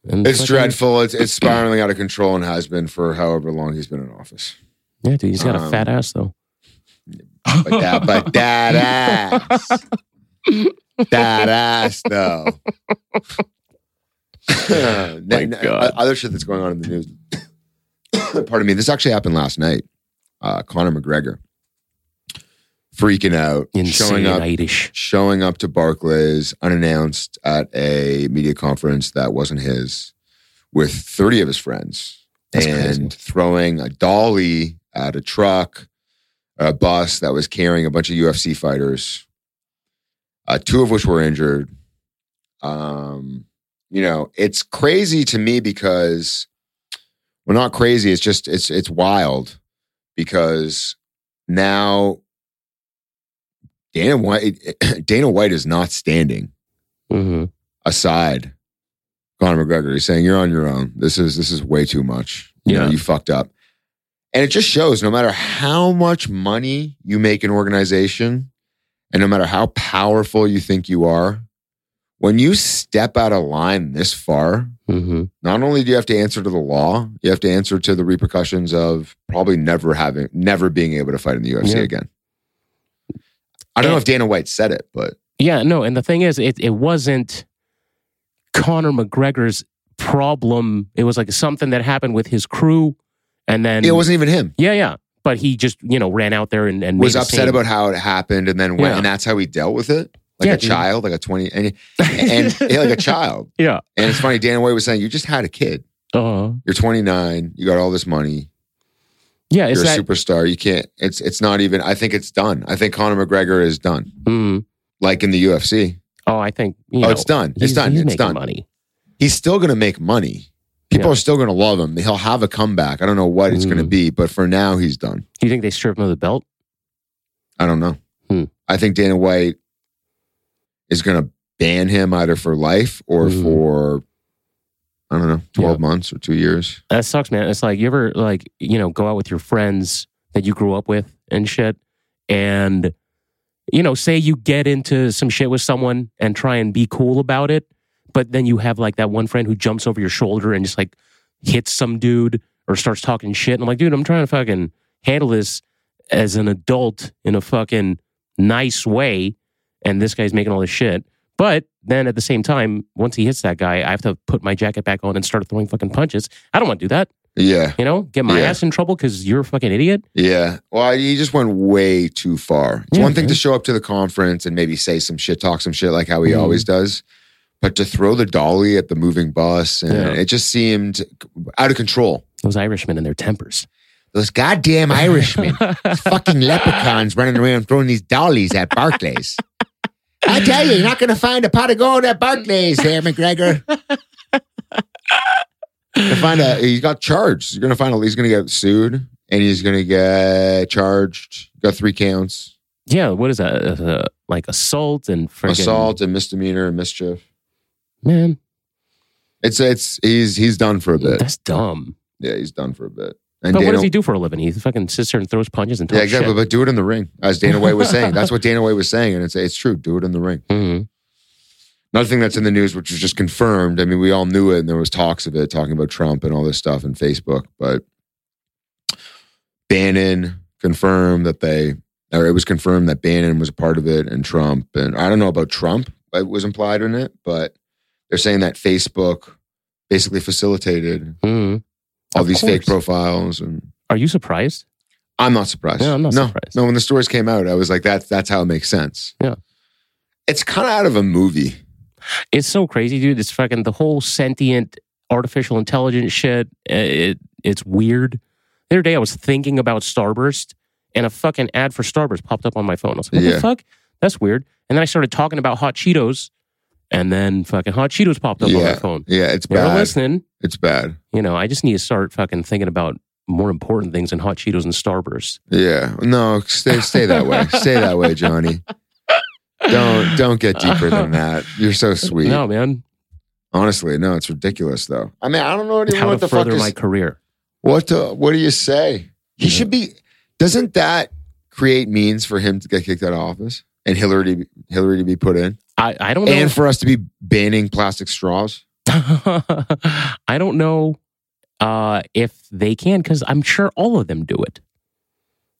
Speaker 2: And
Speaker 1: It's
Speaker 2: fucking-
Speaker 1: dreadful. It's, it's spiraling out of control and has been for however long he's been in office.
Speaker 2: Yeah, dude, he's got a
Speaker 1: Um,
Speaker 2: fat ass though.
Speaker 1: But that,
Speaker 2: <laughs>
Speaker 1: but that ass. That ass, though.
Speaker 2: <laughs>
Speaker 1: <laughs>
Speaker 2: My God.
Speaker 1: uh, Other shit that's going on in the news. <coughs> Pardon me. This actually happened last night. Uh, Conor McGregor freaking out, showing up
Speaker 2: Insane-itis.
Speaker 1: showing up to Barclays unannounced at a media conference that wasn't his with 30 of his friends
Speaker 2: That's
Speaker 1: and
Speaker 2: crazy.
Speaker 1: throwing a dolly at a truck, a bus that was carrying a bunch of UFC fighters, uh, two of which were injured. Um, you know, it's crazy to me because, well, not crazy. It's just it's it's wild because now Dana White <clears throat> Dana White is not standing
Speaker 2: Mhm.
Speaker 1: aside Conor McGregor. He's saying, You're on your own. This is this is way too much. You know,
Speaker 2: Yeah.
Speaker 1: you fucked up. And it just shows no matter how much money you make an organization and no matter how powerful you think you are, when you step out of line this far,
Speaker 2: Mhm.
Speaker 1: not only do you have to answer to the law, you have to answer to the repercussions of probably never having, never being able to fight in the UFC
Speaker 2: Yeah.
Speaker 1: again. I don't know
Speaker 2: And-
Speaker 1: if Dana White said it, but
Speaker 2: Yeah, no, and the thing is, it it wasn't Conor McGregor's problem. It was like something that happened with his crew, and then
Speaker 1: it wasn't even him.
Speaker 2: Yeah, yeah. But he just, you know, ran out there and, and
Speaker 1: Was
Speaker 2: made a
Speaker 1: upset
Speaker 2: scene.
Speaker 1: about how it happened, and then went,
Speaker 2: Yeah.
Speaker 1: and that's how he dealt with it, like
Speaker 2: Yeah,
Speaker 1: a
Speaker 2: dude.
Speaker 1: child, like a twenty, and,
Speaker 2: <laughs>
Speaker 1: and yeah, like a child.
Speaker 2: Yeah.
Speaker 1: And it's funny, Dana White was saying, "You just had a kid.
Speaker 2: Uh,
Speaker 1: You're 29. You got all this money.
Speaker 2: yeah,
Speaker 1: You're
Speaker 2: is that
Speaker 1: a superstar. You can't. It's it's not even. I think it's done. I think Conor McGregor is done.
Speaker 2: Mm.
Speaker 1: Like in the UFC.
Speaker 2: Oh, I think you
Speaker 1: oh,
Speaker 2: know,
Speaker 1: it's done.
Speaker 2: he's-
Speaker 1: It's done.
Speaker 2: he's
Speaker 1: It's
Speaker 2: making
Speaker 1: done.
Speaker 2: money.
Speaker 1: he's still going to make money. People
Speaker 2: Yeah.
Speaker 1: are still going to love him. He'll have a comeback. I don't know what it's going to
Speaker 2: Mm.
Speaker 1: be, but for now, he's done.
Speaker 2: Do you think they strip him of the belt?
Speaker 1: I don't know.
Speaker 2: Hmm.
Speaker 1: I think Dana White is going to ban him either for life or
Speaker 2: Mm.
Speaker 1: for, I don't know, 12
Speaker 2: Yeah.
Speaker 1: months or two years.
Speaker 2: That sucks, man. It's like you ever like, you know, go out with your friends that you grew up with and shit. And you know, say you get into some shit with someone and try and be cool about it, but then you have like that one friend who jumps over your shoulder and just like hits some dude or starts talking shit. And I'm like, dude, I'm trying to fucking handle this as an adult in a fucking nice way. And this guy's making all this shit. But then at the same time, once he hits that guy, I have to put my jacket back on and start throwing fucking punches. I don't want to do that.
Speaker 1: Yeah.
Speaker 2: You know, get my
Speaker 1: Yeah.
Speaker 2: ass in trouble because you're a fucking idiot.
Speaker 1: Yeah. Well, he just went way too far. It's
Speaker 2: Yeah,
Speaker 1: one thing
Speaker 2: man.
Speaker 1: to show up to the conference and maybe say some shit, talk some shit like how he
Speaker 2: Mm.
Speaker 1: always does, but to throw the dolly at the moving bus, and
Speaker 2: Yeah.
Speaker 1: it just seemed out of control.
Speaker 2: Those Irishmen and their tempers.
Speaker 1: Those goddamn <laughs> Irishmen. These fucking leprechauns running around throwing these dollies at Barclays. I tell you, you're not going to find a pot of gold at Barclays there, McGregor. You'll find a, he got charged. You're going to find a, he's going to get sued and he's going to get charged. Got three counts
Speaker 2: yeah, what is that? Uh, like assault and friggin',
Speaker 1: assault and misdemeanor and mischief.
Speaker 2: Man,
Speaker 1: It's, it's, he's, he's done for a bit.
Speaker 2: that's dumb.
Speaker 1: Yeah, he's done for a bit. And
Speaker 2: But what
Speaker 1: Dana-
Speaker 2: does he do for a living? He fucking sits there and throws punches and talks
Speaker 1: yeah, exactly.
Speaker 2: shit.
Speaker 1: But do it in the ring, as Dana White was saying. That's what Dana White was saying, and it's it's true. Do it in the ring.
Speaker 2: Mhm.
Speaker 1: Another thing that's in the news, which was just confirmed. I mean, we all knew it, and there was talks of it, talking about Trump and all this stuff and Facebook. But Bannon confirmed that they Or it was confirmed that Bannon was a part of it and Trump. And I don't know about Trump, it was implied in it, but they're saying that Facebook basically facilitated
Speaker 2: Mhm.
Speaker 1: all
Speaker 2: Of
Speaker 1: these fake
Speaker 2: course.
Speaker 1: profiles. And
Speaker 2: Are you surprised?
Speaker 1: I'm not surprised.
Speaker 2: Yeah, I'm not
Speaker 1: no,
Speaker 2: surprised.
Speaker 1: No, when the stories came out, I was like, that's, that's how it makes sense.
Speaker 2: Yeah.
Speaker 1: It's kind of out of a movie.
Speaker 2: It's so crazy, dude. It's fucking the whole sentient artificial intelligence shit. uh, It, it's weird. The other day, I was thinking about Starburst, and a fucking ad for Starburst popped up on my phone. I was like, "What
Speaker 1: Yeah.
Speaker 2: the fuck? That's weird." And then I started talking about Hot Cheetos, and then fucking Hot Cheetos popped up on my
Speaker 1: Yeah.
Speaker 2: phone.
Speaker 1: Yeah, it's
Speaker 2: They were
Speaker 1: bad.
Speaker 2: listening.
Speaker 1: It's bad.
Speaker 2: You know, I just need to start fucking thinking about more important things than Hot Cheetos and Starburst.
Speaker 1: Yeah. No, stay stay that
Speaker 2: <laughs>
Speaker 1: way. stay that way, Johnny. Don't don't get deeper than that. You're so sweet.
Speaker 2: No, man.
Speaker 1: Honestly, no, it's ridiculous though. I mean, I don't know anymore
Speaker 2: How
Speaker 1: what
Speaker 2: to
Speaker 1: the fuck
Speaker 2: further
Speaker 1: is
Speaker 2: my career.
Speaker 1: what the, what do you say? He
Speaker 2: Yeah.
Speaker 1: should be doesn't that create means for him to get kicked out of office and Hillary to, Hillary to be put in?
Speaker 2: I, I don't know.
Speaker 1: And for us to be banning plastic straws?
Speaker 2: <laughs> I don't know uh, if they can because I'm sure all of them do it.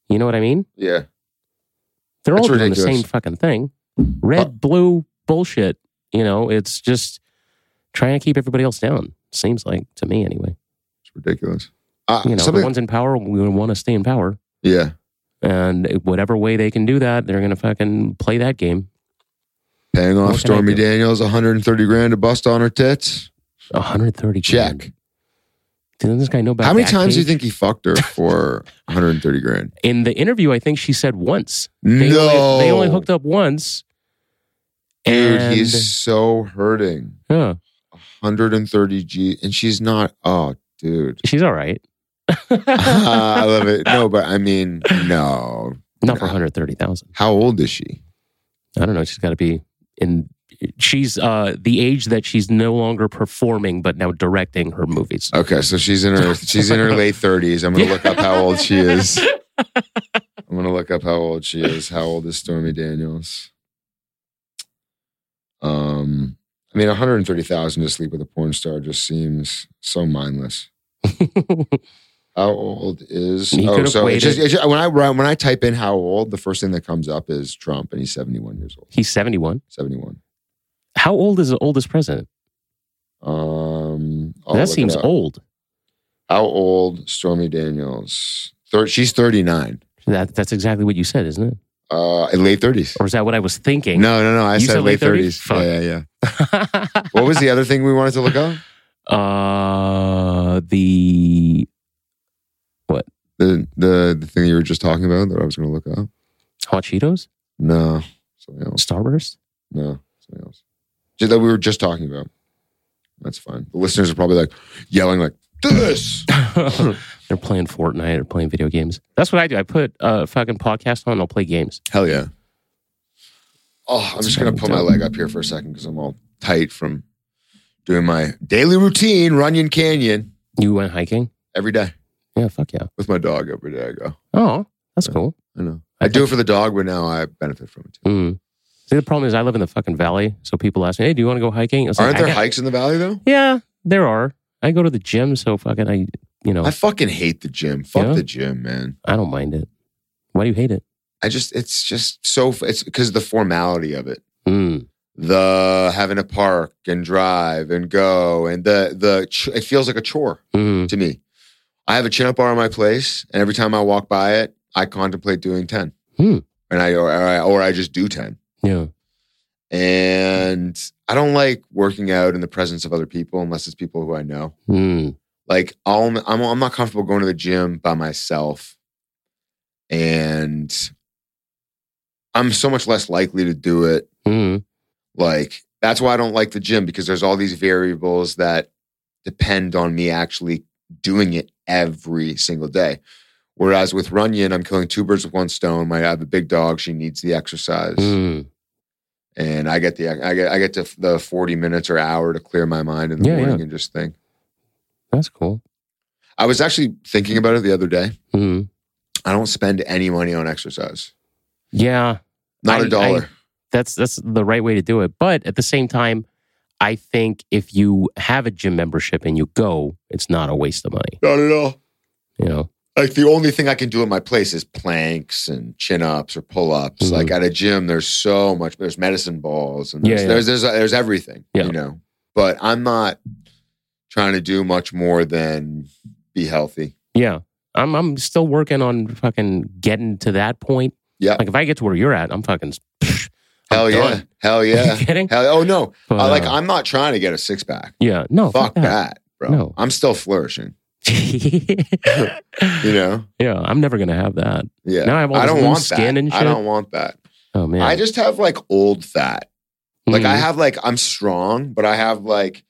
Speaker 2: You know what I mean?
Speaker 1: Yeah.
Speaker 2: They're
Speaker 1: That's
Speaker 2: all doing the
Speaker 1: ridiculous.
Speaker 2: same fucking thing. Red,
Speaker 1: Uh,
Speaker 2: blue bullshit. You know, it's just trying to keep everybody else down. Seems like to me anyway.
Speaker 1: It's ridiculous. Uh,
Speaker 2: You know,
Speaker 1: something-
Speaker 2: the ones in power will want to stay in power,
Speaker 1: yeah.
Speaker 2: and whatever way they can do that, they're gonna fucking play that game.
Speaker 1: Paying off
Speaker 2: What can I
Speaker 1: Stormy
Speaker 2: do?
Speaker 1: Daniels 130 grand to bust on her tits.
Speaker 2: 130
Speaker 1: Check.
Speaker 2: grand. Doesn't this guy know about
Speaker 1: How many
Speaker 2: Backpage?
Speaker 1: times do you think he fucked
Speaker 2: <laughs>
Speaker 1: her for 130 grand?
Speaker 2: in the interview? I think she said once. They
Speaker 1: no,
Speaker 2: only, they only hooked up once.
Speaker 1: dude.
Speaker 2: and,
Speaker 1: He's so hurting.
Speaker 2: yeah,
Speaker 1: 130 G, and she's not. Oh, dude, <laughs>
Speaker 2: she's all right. <laughs>
Speaker 1: I love it. No, but I mean, no.
Speaker 2: Not for one hundred thirty thousand.
Speaker 1: How old is she?
Speaker 2: I don't know. She's got to be in. She's uh, the age that she's no longer performing, but now directing her movies.
Speaker 1: Okay, so she's in her she's in
Speaker 2: <laughs>
Speaker 1: her late 30s. I'm gonna look up how old she is. I'm gonna look up how old she is. How old is Stormy Daniels? Um, I mean, 130,000 to sleep with a porn star just seems so
Speaker 2: <laughs>
Speaker 1: mindless. How old is?
Speaker 2: He
Speaker 1: oh,
Speaker 2: could've
Speaker 1: so it's
Speaker 2: waited.
Speaker 1: just, it's just- when I write- when I type in how old, the first thing that comes up is Trump, and he's seventy one years old.
Speaker 2: <laughs> he's seventy one.
Speaker 1: Seventy one.
Speaker 2: How old is the oldest president?
Speaker 1: Um, I'll look
Speaker 2: that
Speaker 1: it
Speaker 2: seems
Speaker 1: up.
Speaker 2: old.
Speaker 1: How old Stormy Daniels? Thir- she's thirty nine.
Speaker 2: That that's exactly what you said, isn't it?
Speaker 1: Uh, in late thirties.
Speaker 2: Or is that what I was
Speaker 1: No,
Speaker 2: thinking?
Speaker 1: no, no. I
Speaker 2: You
Speaker 1: said,
Speaker 2: said
Speaker 1: late
Speaker 2: late
Speaker 1: thirties.
Speaker 2: 30s?
Speaker 1: Yeah, yeah, yeah. What was the other thing we wanted to look up?
Speaker 2: <laughs> uh the
Speaker 1: The the the thing you were just talking about that I was going to look up.
Speaker 2: hot Cheetos,
Speaker 1: No, something else.
Speaker 2: Starburst.
Speaker 1: No, something else. Just that we were just talking about. That's fine. The listeners are probably like yelling, like this.
Speaker 2: <coughs> They're playing Fortnite or playing video games. That's what I do. I put a fucking podcast on. and I'll play games.
Speaker 1: <laughs> Hell yeah. Oh, I'm just gonna pull my leg up here for a second because I'm all tight from doing my daily routine, Runyon Canyon,
Speaker 2: You went hiking?
Speaker 1: every day
Speaker 2: Yeah, fuck yeah.
Speaker 1: with my dog. Every day I go.
Speaker 2: Oh, that's
Speaker 1: Yeah.
Speaker 2: cool.
Speaker 1: I know. I do it for the dog, but now I benefit from it too.
Speaker 2: Mm. See, the problem is I live in the fucking valley, so people ask me, "Hey, do you want to go hiking?" I was like,
Speaker 1: Aren't
Speaker 2: I
Speaker 1: there
Speaker 2: got-
Speaker 1: hikes in the valley though?
Speaker 2: Yeah, there are. I go to the gym, so fucking I, you know,
Speaker 1: I
Speaker 2: I,
Speaker 1: fucking hate the gym. Fuck
Speaker 2: Oh. Yeah?
Speaker 1: the gym, man.
Speaker 2: don't mind it. Why do you hate it?
Speaker 1: I just it's just so it's because the formality of it.
Speaker 2: Mm.
Speaker 1: The having to park and drive and go and the the ch- it feels like a chore.
Speaker 2: Mm.
Speaker 1: to me. I have a chin up bar in my place, and every time I walk by it, I contemplate doing ten,
Speaker 2: Hmm.
Speaker 1: and I or, I or I just do ten.
Speaker 2: Yeah.
Speaker 1: And I don't like working out in the presence of other people unless it's people who I know.
Speaker 2: Mm.
Speaker 1: Like I'll, I'm I'm not comfortable going to the gym by myself, and I'm so much less likely to do it
Speaker 2: Mm.
Speaker 1: like that's why I don't like the gym because there's all these variables that depend on me actually doing it every single day. Whereas with Runyon, I'm killing two birds with one stone. My, I have a big dog; she needs the exercise,
Speaker 2: Mm.
Speaker 1: and I get the I get I get to the 40 minutes or hour to clear my mind in the
Speaker 2: Yeah,
Speaker 1: morning
Speaker 2: yeah.
Speaker 1: and just think.
Speaker 2: That's cool.
Speaker 1: I was actually thinking about it the other day.
Speaker 2: Mm.
Speaker 1: I don't spend any money on exercise,
Speaker 2: Yeah.
Speaker 1: not
Speaker 2: I-
Speaker 1: a
Speaker 2: I-
Speaker 1: dollar.
Speaker 2: that's that's the right way to do it. But at the same time, I think if you have a gym membership and you go, it's not a waste of money.
Speaker 1: not at all.
Speaker 2: You know,
Speaker 1: like the only thing I can do in my place is planks and chin ups or pull ups.
Speaker 2: Mhm.
Speaker 1: Like at a gym, there's so much. There's medicine balls and there's
Speaker 2: Yeah, yeah.
Speaker 1: there's, there's there's everything.
Speaker 2: Yeah.
Speaker 1: You know, but I'm not trying to do much more than be healthy.
Speaker 2: Yeah. I'm I'm still working on fucking getting to that point.
Speaker 1: Yeah.
Speaker 2: Like if I get to where you're at, I'm <laughs> fucking psh, I'm
Speaker 1: Hell yeah,
Speaker 2: done.
Speaker 1: hell
Speaker 2: Are <laughs>
Speaker 1: yeah,
Speaker 2: you kidding?
Speaker 1: hell. Oh no,
Speaker 2: But,
Speaker 1: I, like
Speaker 2: uh,
Speaker 1: I'm not trying to get a six pack.
Speaker 2: yeah. No.
Speaker 1: Fuck that, bro.
Speaker 2: No.
Speaker 1: I'm still flourishing.
Speaker 2: <laughs>
Speaker 1: You know.
Speaker 2: yeah. I'm never gonna have that.
Speaker 1: Yeah.
Speaker 2: Now I have all
Speaker 1: I
Speaker 2: this
Speaker 1: don't
Speaker 2: loose
Speaker 1: want
Speaker 2: skin
Speaker 1: that.
Speaker 2: and
Speaker 1: I
Speaker 2: shit.
Speaker 1: don't want that.
Speaker 2: Oh man.
Speaker 1: I just have like old fat. Like I
Speaker 2: Mhm.
Speaker 1: have like I'm strong, but I have like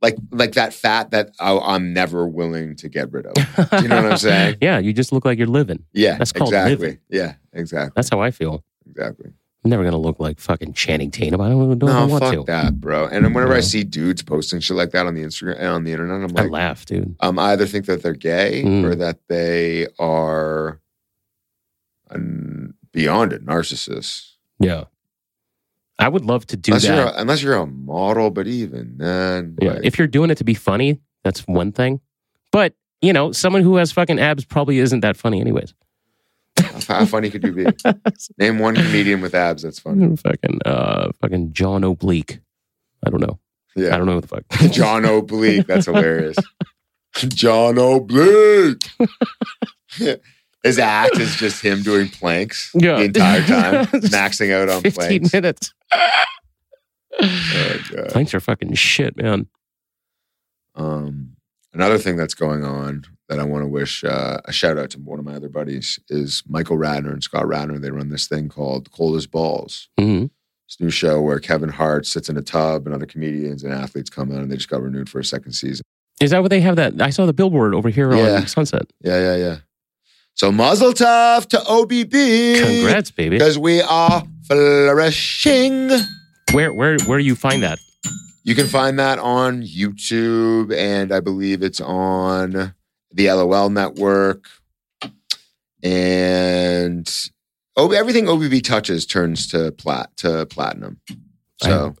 Speaker 1: like like that fat that I, I'm never willing to get
Speaker 2: <laughs>
Speaker 1: rid of. Do you know what I'm saying?
Speaker 2: yeah. You just look like you're living.
Speaker 1: Yeah,
Speaker 2: That's called
Speaker 1: exactly.
Speaker 2: living.
Speaker 1: Yeah, exactly,
Speaker 2: That's how I feel.
Speaker 1: exactly.
Speaker 2: I'm never gonna look like fucking Channing Tatum. I don't, don't
Speaker 1: No,
Speaker 2: want
Speaker 1: fuck
Speaker 2: to.
Speaker 1: that, bro. And then whenever I
Speaker 2: Yeah.
Speaker 1: see dudes posting shit like that on the Instagram on the internet, I'm
Speaker 2: I
Speaker 1: like,
Speaker 2: laugh, dude.
Speaker 1: um, I either think that they're gay
Speaker 2: Mm.
Speaker 1: or that they are um, beyond a narcissist.
Speaker 2: Yeah. I would love to do
Speaker 1: Unless
Speaker 2: that.
Speaker 1: you're a, unless you're a model, but even then,
Speaker 2: Yeah.
Speaker 1: like,
Speaker 2: If you're doing it to be funny, that's one thing. But, you know, someone who has fucking abs probably isn't that funny, anyways.
Speaker 1: <laughs> How funny could you
Speaker 2: <laughs>
Speaker 1: be? Name one comedian with abs that's funny.
Speaker 2: fucking, uh, fucking John Oblique. I don't know. I
Speaker 1: Yeah.
Speaker 2: don't know what the
Speaker 1: <laughs>
Speaker 2: fuck. <laughs>
Speaker 1: John Oblique. That's hilarious. John Oblique.
Speaker 2: <laughs>
Speaker 1: His act is just him doing planks
Speaker 2: Yeah.
Speaker 1: the entire time,
Speaker 2: <laughs> Just
Speaker 1: maxing out on
Speaker 2: 15
Speaker 1: planks. <laughs>
Speaker 2: minutes.
Speaker 1: Oh, God.
Speaker 2: Planks are fucking shit, man.
Speaker 1: Um, another thing that's going on that I want to wish uh, a shout out to one of my other buddies is Michael Radner and Scott Radner. They run this thing called Cold as Balls.
Speaker 2: hmm
Speaker 1: this new show where Kevin Hart sits in a tub and other comedians and athletes come in and they just got renewed for a second season.
Speaker 2: Is that what they have that? I saw the billboard over here
Speaker 1: Yeah.
Speaker 2: on Sunset.
Speaker 1: Yeah, yeah, yeah. So muzzle tough to OBB. <laughs>
Speaker 2: Congrats, baby.
Speaker 1: Because we are flourishing.
Speaker 2: Where, where, where you find that?
Speaker 1: You can find that on YouTube and I believe it's on the LOL network. And oh, everything OBB touches turns to plat to platinum. So,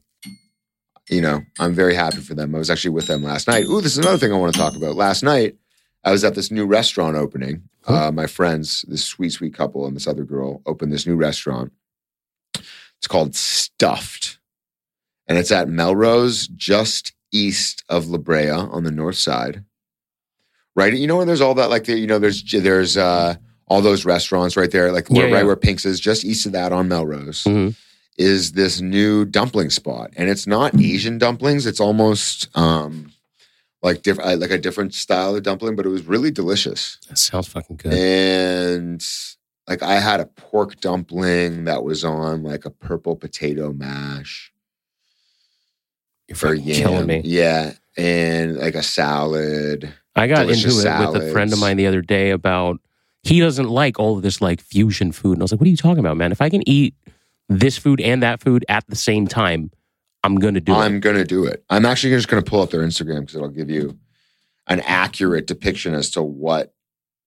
Speaker 1: you know, I'm very happy for them. I was actually with them last night. Ooh, this is another thing I want to talk about. Last night, I was at this new restaurant opening. Uh, my friends, this sweet, sweet couple and this other girl opened this new restaurant. It's called Stuffed. And it's at Melrose, just east of La Brea on the north side. Right? You know where there's all that, like, the, you know, there's there's uh, all those restaurants right there, like where,
Speaker 2: Yeah,
Speaker 1: right
Speaker 2: yeah.
Speaker 1: where Pink's is, just east of that on Melrose
Speaker 2: Mhm.
Speaker 1: is this new dumpling spot, and it's not Asian dumplings. It's almost um, like diff- uh, like a different style of dumpling, but it was really delicious.
Speaker 2: That sounds fucking good.
Speaker 1: And like I had a pork dumpling that was on like a purple potato mash
Speaker 2: You're
Speaker 1: for
Speaker 2: fucking
Speaker 1: yam.
Speaker 2: killing me.
Speaker 1: Yeah, and like a salad.
Speaker 2: I got into it
Speaker 1: delicious
Speaker 2: with a friend
Speaker 1: salads.
Speaker 2: of mine the other day about he doesn't like all of this like fusion food. And I was like, what are you talking about, man? If I can eat this food and that food at the same time, I'm going to do it.
Speaker 1: I'm gonna do it. I'm actually just gonna pull up their Instagram because it'll give you an accurate depiction as to what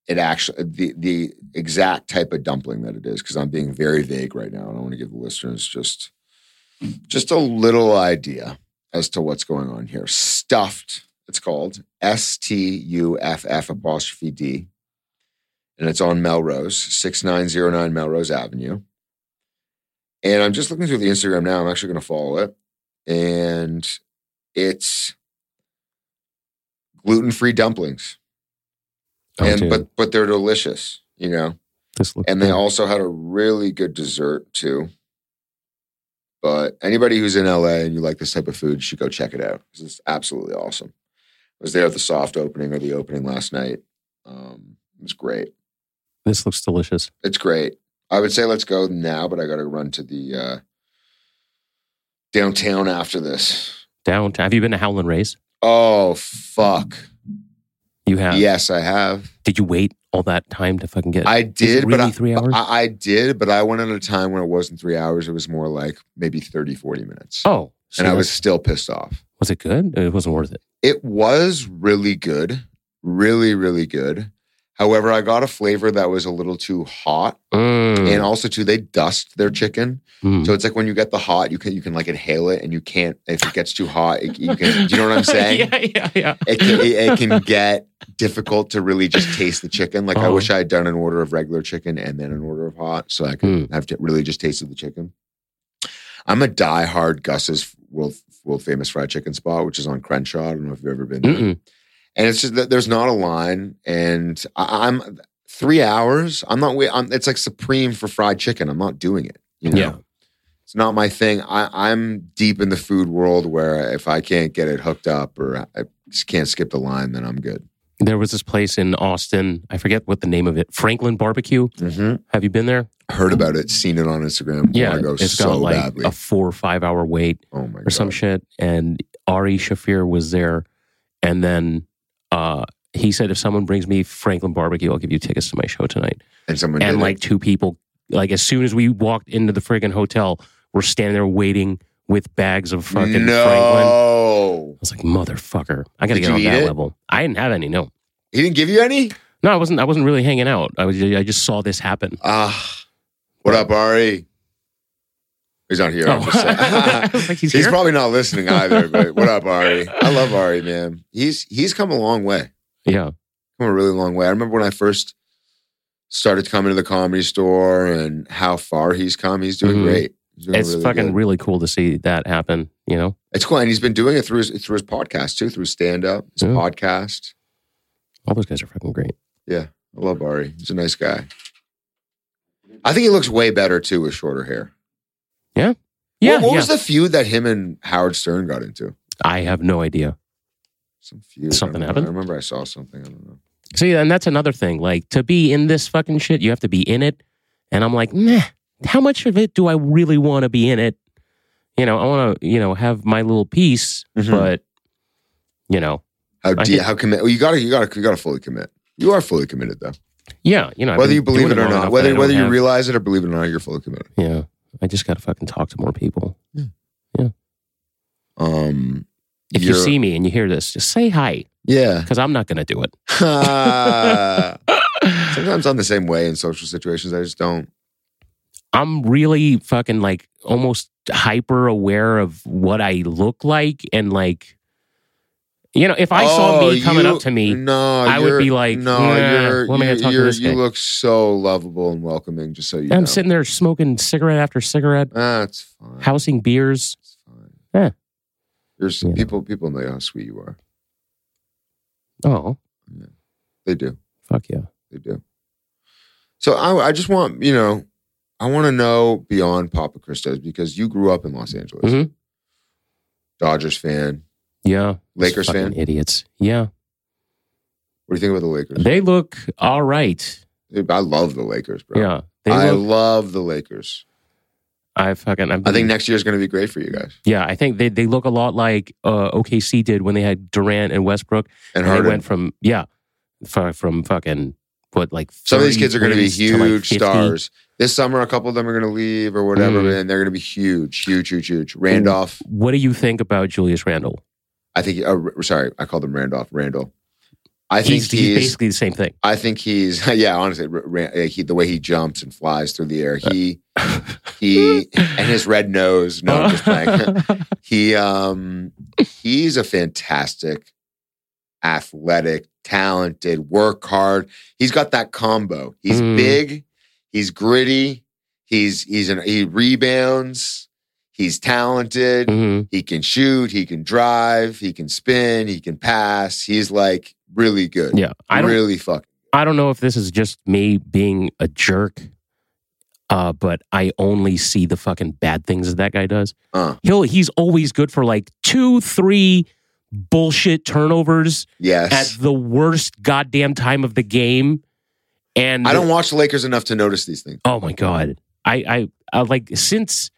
Speaker 1: it actually the the exact type of dumpling that it is. Because I'm being very vague right now, and I want to give the listeners just just a little idea as to what's going on here. Stuffed. It's called S T U F F apostrophe D, and it's on Melrose, six nine zero nine Melrose Avenue. And I'm just looking through the Instagram now. I'm actually going to follow it and it's gluten-free dumplings
Speaker 2: Oh,
Speaker 1: and
Speaker 2: dude,
Speaker 1: but but they're delicious you know
Speaker 2: this looks
Speaker 1: and they
Speaker 2: good.
Speaker 1: also had a really good dessert too but anybody who's in la and you like this type of food should go check it out 'cause it's absolutely awesome i was there at the soft opening or the opening last night um, it was great
Speaker 2: this looks delicious.
Speaker 1: it's great i would say let's go now but i gotta run to the uh, downtown after this
Speaker 2: Downtown. Have you been to Howlin' Rays?
Speaker 1: oh fuck
Speaker 2: You have.
Speaker 1: Yes, I have.
Speaker 2: Did you wait all that time to fucking get?
Speaker 1: I
Speaker 2: Is it
Speaker 1: did,
Speaker 2: really
Speaker 1: but I,
Speaker 2: three hours.
Speaker 1: I, I did, but I went at a time when it wasn't three hours. It was more like maybe 30, 40 minutes.
Speaker 2: oh, so
Speaker 1: and I
Speaker 2: that's-
Speaker 1: was still pissed off.
Speaker 2: Was it good? It wasn't worth it.
Speaker 1: It was really good, really, really good. However, I got a flavor that was a little too hot,
Speaker 2: Mm.
Speaker 1: and also too they dust their chicken,
Speaker 2: Mm.
Speaker 1: so it's like when you get the hot, you can you can like inhale it, and you can't if it gets too hot. It, you can, do you know
Speaker 2: <laughs>
Speaker 1: what I'm saying?
Speaker 2: yeah, yeah, yeah.
Speaker 1: It can, it, it can get difficult to really just taste the chicken. Like I
Speaker 2: Oh.
Speaker 1: wish I had done an order of regular chicken and then an order of hot, so I could
Speaker 2: Mm.
Speaker 1: have to really just tasted the chicken. I'm a diehard Gus's world world famous fried chicken spot, which is on Crenshaw. I don't know if you've ever been there.
Speaker 2: Mm-mm.
Speaker 1: And it's just that there's not a line, and I, I'm three hours. I'm not. wait- I'm, it's like supreme for fried chicken. I'm not doing it. You know?
Speaker 2: Yeah.
Speaker 1: It's not my thing. I, I'm deep in the food world where if I can't get it hooked up or I just can't skip the line, then I'm good.
Speaker 2: There was this place in Austin. I forget what the name of it. Franklin Barbecue.
Speaker 1: Mm-hmm.
Speaker 2: Have you been there?
Speaker 1: Heard about it, seen it on Instagram.
Speaker 2: Yeah,
Speaker 1: I go
Speaker 2: it's
Speaker 1: so
Speaker 2: got like
Speaker 1: badly.
Speaker 2: a four or five hour wait.
Speaker 1: oh my
Speaker 2: or some
Speaker 1: god!
Speaker 2: shit. And Ari Shafir was there. And then uh, he said, if someone brings me Franklin Barbecue, I'll give you tickets to my show tonight.
Speaker 1: and someone
Speaker 2: and
Speaker 1: did
Speaker 2: like
Speaker 1: it.
Speaker 2: two people, like as soon as we walked into the friggin' hotel, we're standing there waiting with bags of fucking Franklin. I
Speaker 1: no,
Speaker 2: was like, motherfucker, I gotta
Speaker 1: Did
Speaker 2: get
Speaker 1: you
Speaker 2: on
Speaker 1: eat
Speaker 2: that
Speaker 1: it?
Speaker 2: level. I didn't have any, no.
Speaker 1: he didn't give you any.
Speaker 2: No, I wasn't I wasn't really hanging out. I was I just saw this happen.
Speaker 1: Ah, what up, Ari? He's not here. I'm
Speaker 2: Oh. <laughs>
Speaker 1: just saying.
Speaker 2: I was like, he's
Speaker 1: he's
Speaker 2: here?
Speaker 1: probably not listening either. But what up, Ari? I love Ari, man. He's he's come a long way.
Speaker 2: Yeah.
Speaker 1: Come a really long way. I remember when I first started coming to the comedy store and how far he's come. He's doing
Speaker 2: Mhm.
Speaker 1: great. He's doing
Speaker 2: It's
Speaker 1: really
Speaker 2: fucking
Speaker 1: good.
Speaker 2: really cool to see that happen, you know?
Speaker 1: It's cool, and he's been doing it through his through his podcast too, through stand up, his
Speaker 2: Yeah.
Speaker 1: podcast.
Speaker 2: All those guys are fucking great.
Speaker 1: I love Ari. He's a nice guy. I think he looks way better too with shorter hair.
Speaker 2: Yeah.
Speaker 1: What, what
Speaker 2: yeah.
Speaker 1: was the feud that him and Howard Stern got into?
Speaker 2: I have no idea.
Speaker 1: Some feud. I don't
Speaker 2: Something
Speaker 1: know.
Speaker 2: happened?
Speaker 1: I remember I saw something. I don't know.
Speaker 2: See, and that's another thing. Like to be in this fucking shit, you have to be in it. And I'm like, nah. How much of it do I really want to be in it? You know, I want to, you know, have my little piece,
Speaker 1: Mhm.
Speaker 2: but you know,
Speaker 1: How
Speaker 2: I
Speaker 1: do
Speaker 2: think-
Speaker 1: how commit? Well, you gotta you gotta you gotta fully commit. You are fully committed though,
Speaker 2: yeah, you know, I've
Speaker 1: whether
Speaker 2: been
Speaker 1: you believe
Speaker 2: doing
Speaker 1: it or
Speaker 2: long enough
Speaker 1: not,
Speaker 2: that I
Speaker 1: whether
Speaker 2: don't
Speaker 1: whether you
Speaker 2: have-
Speaker 1: realize it or believe it or not, you're fully committed.
Speaker 2: yeah, I just got to fucking talk to more people.
Speaker 1: Um,
Speaker 2: If you
Speaker 1: you're-
Speaker 2: see me and you hear this, just say hi
Speaker 1: yeah. <laughs>
Speaker 2: because I'm not gonna do it.
Speaker 1: <laughs> Sometimes I'm the same way in social situations. I just don't.
Speaker 2: I'm really fucking like almost hyper aware of what I look like and like, you know, if I saw
Speaker 1: Oh,
Speaker 2: me coming
Speaker 1: you-
Speaker 2: up to me,
Speaker 1: no,
Speaker 2: I would
Speaker 1: you're-
Speaker 2: be like,
Speaker 1: no,
Speaker 2: nah,
Speaker 1: you're,
Speaker 2: what am I
Speaker 1: you
Speaker 2: gonna talk to
Speaker 1: you're-
Speaker 2: this
Speaker 1: you
Speaker 2: guy?
Speaker 1: look so lovable and welcoming. Just so you,
Speaker 2: I'm
Speaker 1: know.
Speaker 2: sitting there smoking cigarette after cigarette,
Speaker 1: Ah, it's fine.
Speaker 2: housing beers.
Speaker 1: It's fine.
Speaker 2: Yeah.
Speaker 1: There's
Speaker 2: You know.
Speaker 1: people. People know how sweet you are.
Speaker 2: Oh,
Speaker 1: They do.
Speaker 2: fuck yeah.
Speaker 1: They do. So I, I just want you know, I want to know beyond Papa Christos because you grew up in Los Angeles.
Speaker 2: Mhm.
Speaker 1: Dodgers fan.
Speaker 2: Yeah. Those
Speaker 1: Lakers
Speaker 2: fucking
Speaker 1: fan?
Speaker 2: Idiots. Yeah.
Speaker 1: What do you think about the Lakers?
Speaker 2: They look all right.
Speaker 1: I love the Lakers, bro.
Speaker 2: Yeah. They
Speaker 1: I
Speaker 2: look,
Speaker 1: love the Lakers.
Speaker 2: I fucking, I'm,
Speaker 1: I think next year is going to be great for you guys.
Speaker 2: yeah, I think they, they look a lot like uh, OKC did when they had Durant and Westbrook.
Speaker 1: And,
Speaker 2: And they
Speaker 1: Harden.
Speaker 2: went from, yeah, from, from fucking, what, like,
Speaker 1: Some of these
Speaker 2: 30
Speaker 1: kids are going to be
Speaker 2: wins to, like,
Speaker 1: huge
Speaker 2: 50.
Speaker 1: stars. This summer, a couple of them are going to leave or whatever,
Speaker 2: Mm.
Speaker 1: and they're going to be huge, huge, huge, huge. Randolph,
Speaker 2: What do you think about Julius Randle?
Speaker 1: I think. Uh, r- sorry, I called him Randolph. Randall. I think
Speaker 2: He's,
Speaker 1: he's.
Speaker 2: he's basically the same thing.
Speaker 1: I think he's. <laughs> Yeah, honestly, R- Ran- uh, he, the way he jumps and flies through the air,
Speaker 2: <laughs>
Speaker 1: he he and his red nose. No, I'm just
Speaker 2: <laughs>
Speaker 1: playing. <laughs> he um he's a fantastic, athletic, talented, work hard. He's got that combo. He's
Speaker 2: Mm.
Speaker 1: big. He's gritty. He's he's an he rebounds. He's talented.
Speaker 2: Mhm.
Speaker 1: He can shoot, he can drive, he can spin, he can pass. He's like really good.
Speaker 2: Yeah. I don't,
Speaker 1: really fuck.
Speaker 2: I don't know if this is just me being a jerk, uh, but I only see the fucking bad things that that guy does.
Speaker 1: Uh,
Speaker 2: He'll he's always good for like two, three bullshit turnovers
Speaker 1: yes.
Speaker 2: at the worst goddamn time of the game. And
Speaker 1: I don't watch the Lakers enough to notice these things.
Speaker 2: Oh my god! I I, I like since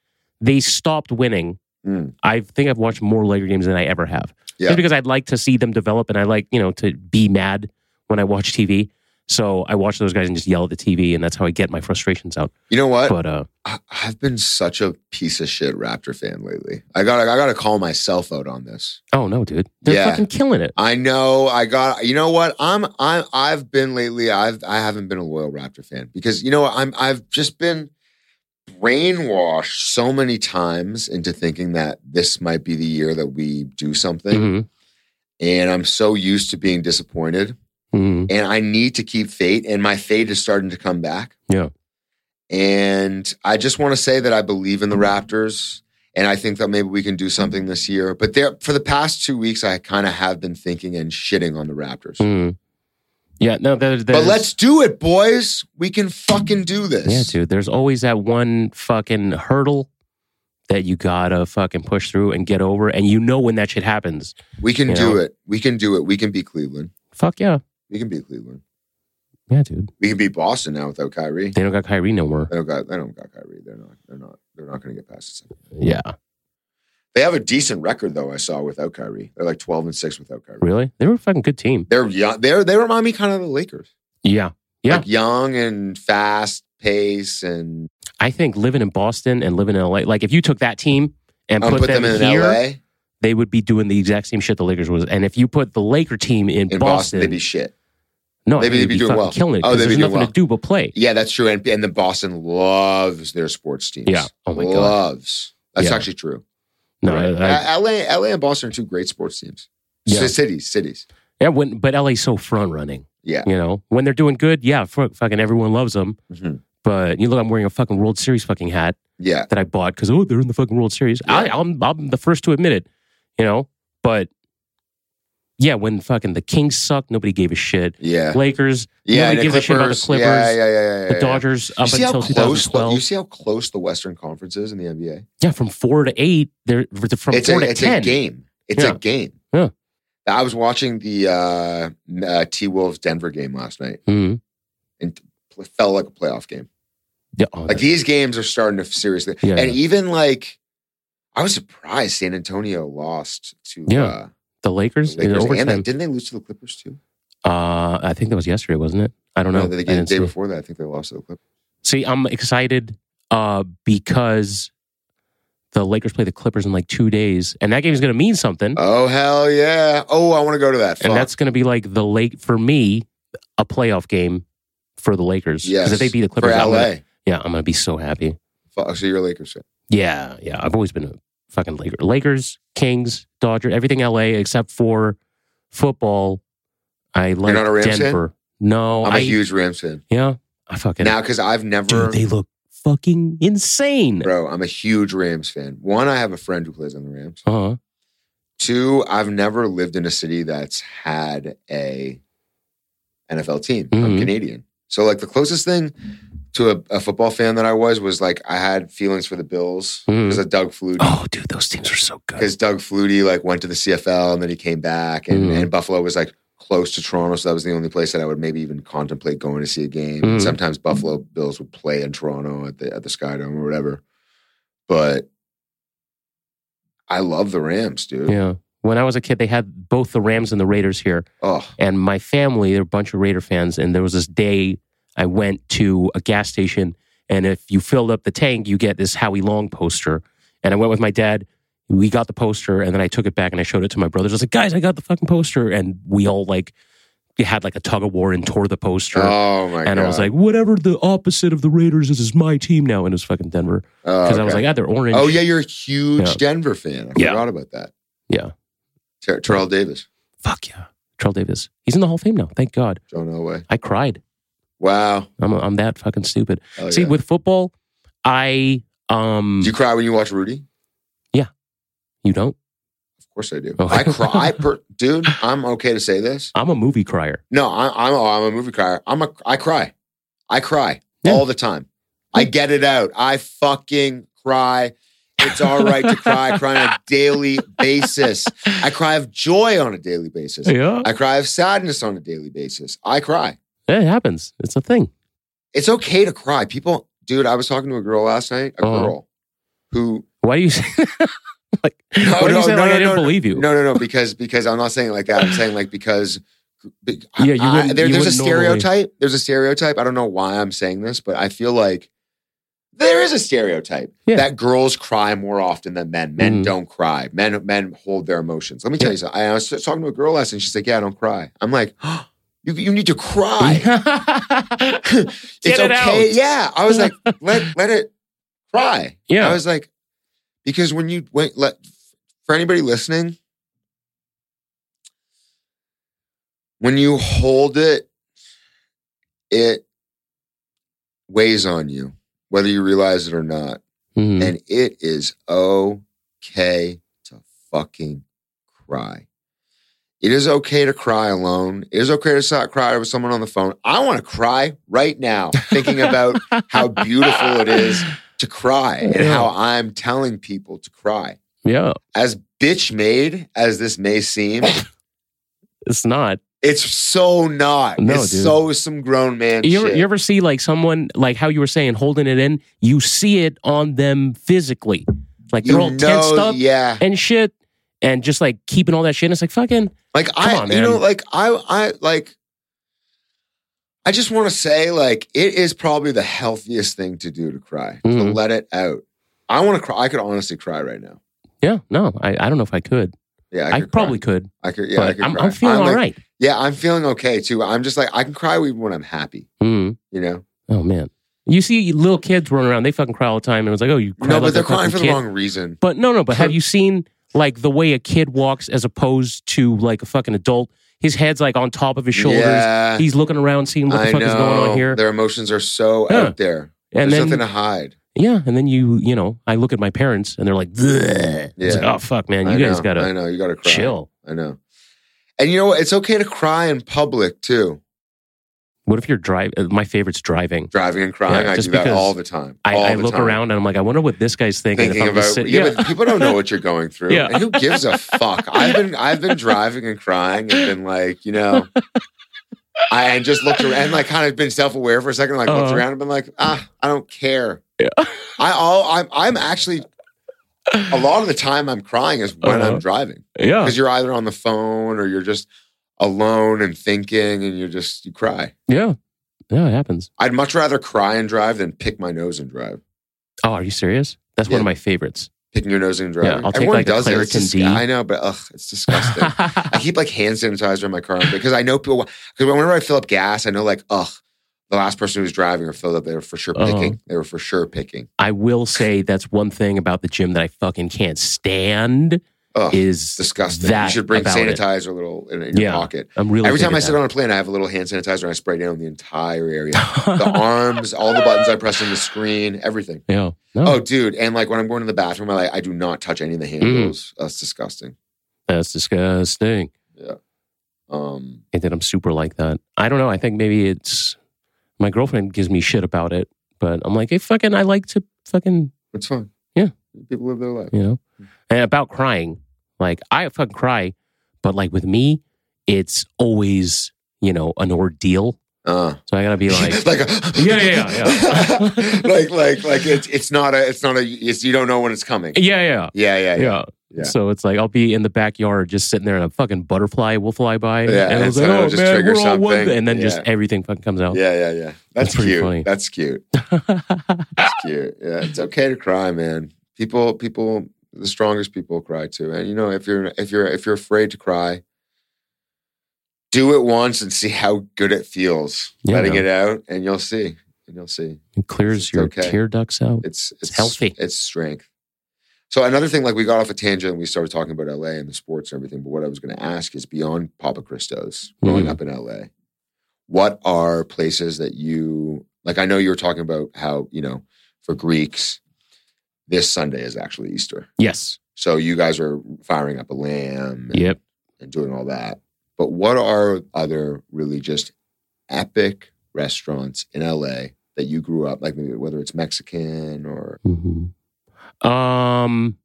Speaker 2: they stopped winning.
Speaker 1: Mm.
Speaker 2: I think I've watched more Laker games than I ever have.
Speaker 1: Yeah.
Speaker 2: Just because I'd like to see them develop, and I like you know to be mad when I watch TV. So I watch those guys and just yell at the TV, and that's how I get my frustrations out.
Speaker 1: You know what?
Speaker 2: But uh,
Speaker 1: I- I've been such a piece of shit Raptor fan lately. I got I got to call myself out on this.
Speaker 2: Oh no, dude, they're
Speaker 1: Yeah.
Speaker 2: fucking killing it.
Speaker 1: I know I got you know what I'm I I've been lately I've I haven't been a loyal Raptor fan because you know what I'm I've just been brainwashed so many times into thinking that this might be the year that we do something
Speaker 2: Mhm.
Speaker 1: and I'm so used to being disappointed
Speaker 2: Mhm.
Speaker 1: and I need to keep fate and my fate is starting to come back.
Speaker 2: Yeah.
Speaker 1: And I just want to say that I believe in the Raptors and I think that maybe we can do something this year. But there for the past 2 weeks I kind of have been thinking and shitting on the Raptors.
Speaker 2: Mhm. Yeah, no, there,
Speaker 1: But
Speaker 2: there's-
Speaker 1: let's do it, boys. We can fucking do this.
Speaker 2: Yeah, dude. There's always that one fucking hurdle that you gotta fucking push through and get over, and you know when that shit happens.
Speaker 1: We can
Speaker 2: You
Speaker 1: do
Speaker 2: know?
Speaker 1: it. We can do it. We can beat Cleveland.
Speaker 2: Fuck yeah,
Speaker 1: We can beat Cleveland.
Speaker 2: yeah, dude.
Speaker 1: We can beat Boston now without Kyrie.
Speaker 2: They don't got Kyrie no more.
Speaker 1: They don't got they don't got Kyrie. They're not they're not they're not gonna get past the second.
Speaker 2: Yeah,
Speaker 1: They have a decent record though. I saw without Kyrie, they're like twelve and six without Kyrie.
Speaker 2: really? They were a fucking good team.
Speaker 1: They're young. They're they remind me kind of the Lakers.
Speaker 2: Yeah, Yeah.
Speaker 1: like young and fast pace and
Speaker 2: I think living in Boston and living in LA, like if you took that team and
Speaker 1: um,
Speaker 2: put, them,
Speaker 1: in
Speaker 2: here,
Speaker 1: LA
Speaker 2: they would be doing the exact same shit the Lakers was. And if you put the Laker team in,
Speaker 1: in Boston,
Speaker 2: Boston,
Speaker 1: they'd be shit.
Speaker 2: no,
Speaker 1: they'd be-
Speaker 2: they'd
Speaker 1: they'd be doing
Speaker 2: fucking
Speaker 1: well.
Speaker 2: killing it.
Speaker 1: Oh,
Speaker 2: 'cause
Speaker 1: they'd be
Speaker 2: there's
Speaker 1: doing
Speaker 2: nothing
Speaker 1: well.
Speaker 2: to do but play.
Speaker 1: Yeah, that's true. And and then Boston loves their sports teams.
Speaker 2: Yeah. Oh my God.
Speaker 1: loves. That's
Speaker 2: Yeah.
Speaker 1: actually true.
Speaker 2: No,
Speaker 1: Right.
Speaker 2: I- I-
Speaker 1: Uh, LA, LA, and Boston are two great sports teams.
Speaker 2: Yeah.
Speaker 1: C- cities, cities.
Speaker 2: yeah, when, but LA's so front running.
Speaker 1: Yeah.
Speaker 2: You know, when they're doing good, yeah, fuck, fucking everyone loves them.
Speaker 1: Mhm.
Speaker 2: But you look, I'm wearing a fucking World Series fucking hat
Speaker 1: Yeah,
Speaker 2: that I bought because oh, they're in the fucking World Series. I,
Speaker 1: Yeah.
Speaker 2: I'm I'm the first to admit it, you know. But yeah, when fucking the Kings sucked, nobody gave a shit.
Speaker 1: yeah,
Speaker 2: Lakers,
Speaker 1: yeah.
Speaker 2: Nobody
Speaker 1: and
Speaker 2: gives a shit about the
Speaker 1: Yeah, yeah,
Speaker 2: Clippers,
Speaker 1: yeah, yeah, yeah,
Speaker 2: the
Speaker 1: yeah.
Speaker 2: Dodgers,
Speaker 1: You
Speaker 2: up
Speaker 1: see how
Speaker 2: until
Speaker 1: close the,
Speaker 2: 2012.
Speaker 1: you see how close the Western Conference is in the NBA.
Speaker 2: yeah, from four to eight, they're from
Speaker 1: it's
Speaker 2: four
Speaker 1: a,
Speaker 2: to
Speaker 1: it's
Speaker 2: ten.
Speaker 1: a game. It's
Speaker 2: Yeah.
Speaker 1: a game.
Speaker 2: Yeah.
Speaker 1: I was watching the uh, uh, T Wolves Denver game last night.
Speaker 2: Mhm.
Speaker 1: It felt like a playoff game.
Speaker 2: Yeah, oh,
Speaker 1: Like these games are starting to seriously.
Speaker 2: Yeah,
Speaker 1: and
Speaker 2: yeah.
Speaker 1: even like, I was surprised San Antonio lost to
Speaker 2: Yeah.
Speaker 1: uh,
Speaker 2: the
Speaker 1: the
Speaker 2: Lakers, in
Speaker 1: Lakers. And they,
Speaker 2: overtime.
Speaker 1: didn't they lose to the Clippers too? Uh,
Speaker 2: Uh, I think that was yesterday, wasn't it? I don't know.
Speaker 1: the,
Speaker 2: I
Speaker 1: game,
Speaker 2: didn't
Speaker 1: day
Speaker 2: see.
Speaker 1: before that, I think they lost to the Clippers.
Speaker 2: See, I'm excited uh, because the Lakers play the Clippers in like two days, and that game is going to mean something.
Speaker 1: Oh hell yeah! Oh, I want to go to that.
Speaker 2: Mm-hmm. and
Speaker 1: Fuck.
Speaker 2: that's going to be like the lake for me, a playoff game for the Lakers.
Speaker 1: Yes.
Speaker 2: if they beat the
Speaker 1: for
Speaker 2: Clippers, I'm
Speaker 1: LA.
Speaker 2: gonna- yeah, I'm going to be so happy.
Speaker 1: Fuck, so you're a Lakers fan.
Speaker 2: Yeah, yeah. I've always been a fucking Laker. Lakers, Kings, Dodgers, everything LA except for football. I like
Speaker 1: not a Rams fan?
Speaker 2: Denver. No,
Speaker 1: I'm
Speaker 2: I-
Speaker 1: a huge Rams fan
Speaker 2: yeah. I fucking
Speaker 1: now because I've never.
Speaker 2: dude. They look fucking insane.
Speaker 1: Bro, I'm a huge Rams fan. One, I have a friend who plays on the Rams.
Speaker 2: Uh huh.
Speaker 1: Two, I've never lived in a city that's had a NFL team. I'm
Speaker 2: Mhm.
Speaker 1: Canadian. So like the closest thing to a, a football fan that I was was like I had feelings for the Bills
Speaker 2: Mhm.
Speaker 1: because of Doug Flutie.
Speaker 2: Oh, dude, those teams are so good.
Speaker 1: Because Doug Flutie like went to the CFL and then he came back and,
Speaker 2: Mhm.
Speaker 1: and Buffalo was like close to Toronto. So that was the only place that I would maybe even contemplate going to see a game.
Speaker 2: Mhm.
Speaker 1: And sometimes Buffalo Bills would play in Toronto at the at the Skydome or whatever. But I love the Rams, dude.
Speaker 2: Yeah. When I was a kid, they had both the Rams and the Raiders here.
Speaker 1: Oh,
Speaker 2: And my family, they're a bunch of Raider fans. And there was this day I went to a gas station. And if you filled up the tank, you get this Howie Long poster. And I went with my dad. We got the poster. And then I took it back and I showed it to my brothers. I was like, guys, I got the fucking poster. And we all like had like a tug of war and tore the poster.
Speaker 1: oh my god!
Speaker 2: and I was like, whatever the opposite of the Raiders is, is my team now. And it was fucking Denver.
Speaker 1: oh,
Speaker 2: Because I was
Speaker 1: okay.
Speaker 2: like, ah, they're orange.
Speaker 1: oh yeah, you're a huge
Speaker 2: Yeah.
Speaker 1: Denver fan. I
Speaker 2: Yeah.
Speaker 1: forgot about that.
Speaker 2: Yeah.
Speaker 1: Ter- Terrell Davis,
Speaker 2: Fuck yeah. Terrell Davis. He's in the Hall of Fame now. Thank God.
Speaker 1: John Elway.
Speaker 2: I cried.
Speaker 1: Wow.
Speaker 2: I'm, I'm that fucking stupid.
Speaker 1: Hell
Speaker 2: See,
Speaker 1: Oh, yeah.
Speaker 2: with football, I um
Speaker 1: do you cry when you watch Rudy?
Speaker 2: you don't.
Speaker 1: Of course I do.
Speaker 2: Oh.
Speaker 1: I cry. I per- dude, I'm okay to say this.
Speaker 2: I'm a movie crier.
Speaker 1: No, I, I'm. Oh, I'm a movie crier. I'm a. I cry. I cry
Speaker 2: Yeah.
Speaker 1: all the time. I get it out. I fucking cry. It's all right to cry. I cry on a daily basis. I cry of joy on a daily basis.
Speaker 2: Oh, Yeah,
Speaker 1: I cry of sadness on a daily basis. I cry.
Speaker 2: it happens. It's a thing.
Speaker 1: It's okay to cry. People, dude, I was talking to a girl last night, a
Speaker 2: Uh-huh.
Speaker 1: girl who
Speaker 2: Why do you <laughs> say like? why do
Speaker 1: no,
Speaker 2: you say
Speaker 1: no,
Speaker 2: like
Speaker 1: no,
Speaker 2: I didn't
Speaker 1: no,
Speaker 2: believe you?
Speaker 1: no, no, no, because because I'm not saying it like that. I'm saying like because be-
Speaker 2: Yeah, you
Speaker 1: I-
Speaker 2: wouldn't-
Speaker 1: there-
Speaker 2: you
Speaker 1: there's a
Speaker 2: wouldn't normally-
Speaker 1: stereotype. There's a stereotype. I don't know why I'm saying this, but I feel like there is a stereotype
Speaker 2: Yeah.
Speaker 1: that girls cry more often than men. Men
Speaker 2: Mhm.
Speaker 1: don't cry. Men men hold their emotions. Let me tell you something. I was talking to a girl last night. She's like, "Yeah, I don't cry." I'm like, <gasps> "You you need to cry.
Speaker 2: Get <laughs>
Speaker 1: it's
Speaker 2: it
Speaker 1: okay."
Speaker 2: out.
Speaker 1: Yeah, I
Speaker 2: <laughs>
Speaker 1: was like, "Let let it cry."
Speaker 2: Yeah.
Speaker 1: I was like, because when you went let for anybody listening, when you hold it, it weighs on you, whether you realize it or not.
Speaker 2: Mhm.
Speaker 1: And it is okay to fucking cry. It is okay to cry alone. It is okay to not cry with someone on the phone. I want to cry right now, thinking about how beautiful it is to cry and how I'm telling people to cry.
Speaker 2: <laughs> Yeah,
Speaker 1: As bitch made as this may seem,
Speaker 2: it's not.
Speaker 1: it's so not.
Speaker 2: No,
Speaker 1: it's
Speaker 2: dude.
Speaker 1: so some grown man
Speaker 2: You ever,
Speaker 1: shit.
Speaker 2: you ever see like someone like how you were saying holding it in? You see it on them physically, like they're
Speaker 1: You
Speaker 2: all tensed
Speaker 1: know-
Speaker 2: up
Speaker 1: Yeah.
Speaker 2: and shit, and just like keeping all that shit. And it's like fucking
Speaker 1: Like I,
Speaker 2: on,
Speaker 1: you know,
Speaker 2: man.
Speaker 1: like I, I like. I just want to say, like, it is probably the healthiest thing to do to cry, to
Speaker 2: Mhm.
Speaker 1: let it out. I want to cry. I could honestly cry right now.
Speaker 2: yeah. No, I, I don't know if I could.
Speaker 1: Yeah,
Speaker 2: I,
Speaker 1: could cry.
Speaker 2: probably could,
Speaker 1: I could. Yeah, I
Speaker 2: but
Speaker 1: could
Speaker 2: I'm,
Speaker 1: cry.
Speaker 2: I'm feeling all
Speaker 1: like-
Speaker 2: right.
Speaker 1: Yeah, I'm feeling okay too. I'm just like I can cry even when I'm happy.
Speaker 2: Mhm.
Speaker 1: You know.
Speaker 2: Oh man, you see little kids running around, they fucking cry all the time, and it's like, oh, you cry
Speaker 1: no,
Speaker 2: like
Speaker 1: but
Speaker 2: a
Speaker 1: they're crying
Speaker 2: fucking
Speaker 1: for
Speaker 2: kid.
Speaker 1: the wrong reason.
Speaker 2: But no, no. But have you seen like the way a kid walks as opposed to like a fucking adult? His head's like on top of his shoulders.
Speaker 1: Yeah,
Speaker 2: He's looking around, seeing what the
Speaker 1: I
Speaker 2: fuck
Speaker 1: know.
Speaker 2: is going on here.
Speaker 1: Their emotions are so
Speaker 2: Yeah.
Speaker 1: out there.
Speaker 2: And
Speaker 1: There's
Speaker 2: then
Speaker 1: nothing to hide.
Speaker 2: yeah, and then you you know, I look at my parents and they're like, yeah.
Speaker 1: Yeah.
Speaker 2: like oh fuck, man, you
Speaker 1: I
Speaker 2: guys
Speaker 1: know, I
Speaker 2: gotta
Speaker 1: know. You gotta cry.
Speaker 2: chill.
Speaker 1: I know. And you know what? It's okay to cry in public too.
Speaker 2: What if you're driving? My favorite's driving.
Speaker 1: Driving and crying,
Speaker 2: Yeah,
Speaker 1: I
Speaker 2: just
Speaker 1: do that
Speaker 2: because
Speaker 1: all the time.
Speaker 2: I,
Speaker 1: all
Speaker 2: I
Speaker 1: the
Speaker 2: look
Speaker 1: time.
Speaker 2: around and I'm like, I wonder what this guy's thinking.
Speaker 1: thinking
Speaker 2: if I'm
Speaker 1: about
Speaker 2: just sitting-
Speaker 1: yeah,
Speaker 2: yeah.
Speaker 1: but people don't know what you're
Speaker 2: <laughs>
Speaker 1: going through.
Speaker 2: Yeah.
Speaker 1: And who gives a fuck? I've been I've been driving and crying and been like, you
Speaker 2: <laughs>
Speaker 1: know, I and just looked around and like kind of been self aware for a second, like looked
Speaker 2: Uh-huh.
Speaker 1: around and been like, ah, I don't care.
Speaker 2: <laughs>
Speaker 1: I all I'm I'm actually a lot of the time I'm crying is when
Speaker 2: Uh-huh.
Speaker 1: I'm driving.
Speaker 2: yeah,
Speaker 1: because you're either on the phone or you're just alone and thinking and you're just you cry
Speaker 2: yeah, yeah. It happens.
Speaker 1: i'd much rather cry and drive than pick my nose and drive
Speaker 2: Oh, are you serious? That's one
Speaker 1: Yeah.
Speaker 2: of my favorites.
Speaker 1: picking your nose and driving
Speaker 2: I'll take,
Speaker 1: everyone
Speaker 2: like, a
Speaker 1: does it it's
Speaker 2: Claritin
Speaker 1: dis-
Speaker 2: D.
Speaker 1: i know but ugh, it's
Speaker 2: <laughs>
Speaker 1: disgusting i keep like hand sanitizer in my car because i know people because whenever i fill up gas i know like ugh the last person who was driving or filled up they were for sure
Speaker 2: Uh-huh.
Speaker 1: picking they were for sure picking
Speaker 2: I will say that's one thing about the gym that I fucking can't stand
Speaker 1: ugh
Speaker 2: is
Speaker 1: disgusting
Speaker 2: That
Speaker 1: you should bring
Speaker 2: about it.
Speaker 1: sanitizer a little in, in your
Speaker 2: Yeah.
Speaker 1: pocket
Speaker 2: I'm really
Speaker 1: every
Speaker 2: big
Speaker 1: time
Speaker 2: at
Speaker 1: i sit
Speaker 2: that.
Speaker 1: on a plane i have a little hand sanitizer and i spray down the entire area
Speaker 2: <laughs>
Speaker 1: the arms, all the buttons I press on the screen, everything.
Speaker 2: yeah. No,
Speaker 1: Oh, dude! And like when I'm going to the bathroom, I like I do not touch any of the
Speaker 2: Mm.
Speaker 1: handles. That's disgusting.
Speaker 2: that's disgusting.
Speaker 1: Um,
Speaker 2: And then I'm super like that. I don't know. I think maybe it's my girlfriend gives me shit about it, but I'm like, hey, fucking, I like to fucking,
Speaker 1: it's fine.
Speaker 2: Yeah.
Speaker 1: people live their life.
Speaker 2: you know.
Speaker 1: Hmm.
Speaker 2: And about crying, like I fucking cry, but like with me, it's always you know an ordeal.
Speaker 1: Uh,
Speaker 2: So I gotta <laughs> be
Speaker 1: <laughs>
Speaker 2: like,
Speaker 1: like, a-
Speaker 2: Yeah, yeah, yeah, yeah.
Speaker 1: <laughs> like, like, like it's it's not a it's not a it's, you don't know when it's coming.
Speaker 2: yeah, yeah,
Speaker 1: Yeah, yeah, yeah.
Speaker 2: yeah. So it's like I'll be in the backyard just sitting there and a fucking butterfly will fly by.
Speaker 1: Yeah,
Speaker 2: and I
Speaker 1: and
Speaker 2: was
Speaker 1: so
Speaker 2: like,
Speaker 1: it'll
Speaker 2: oh
Speaker 1: just
Speaker 2: man,
Speaker 1: trigger
Speaker 2: we're all one.
Speaker 1: something.
Speaker 2: thing," And then just
Speaker 1: Yeah.
Speaker 2: everything fucking comes out.
Speaker 1: Yeah, yeah, yeah. That's,
Speaker 2: That's pretty
Speaker 1: cute.
Speaker 2: funny.
Speaker 1: That's cute.
Speaker 2: <laughs>
Speaker 1: That's cute. Yeah, it's okay to cry, man. People, people, the strongest people cry too. And you know, if you're if you're if you're afraid to cry, do it once and see how good it feels.
Speaker 2: Yeah,
Speaker 1: letting
Speaker 2: man.
Speaker 1: it out, and you'll see. And you'll see.
Speaker 2: it clears
Speaker 1: It's
Speaker 2: your
Speaker 1: okay.
Speaker 2: tear ducts out.
Speaker 1: It's it's,
Speaker 2: healthy.
Speaker 1: It's strength. So another thing, like we got off a tangent and we started talking about LA and the sports and everything. But what I was going to ask is beyond Papa Cristo's, growing
Speaker 2: Mhm.
Speaker 1: up in LA, what are places that you like? I know you were talking about how you know for Greeks, this Sunday is actually Easter,
Speaker 2: Yes.
Speaker 1: so you guys are firing up a lamb and,
Speaker 2: Yep.
Speaker 1: and doing all that. But what are other really just epic restaurants in LA that you grew up like? Maybe whether it's Mexican or
Speaker 2: Mm-hmm. Um,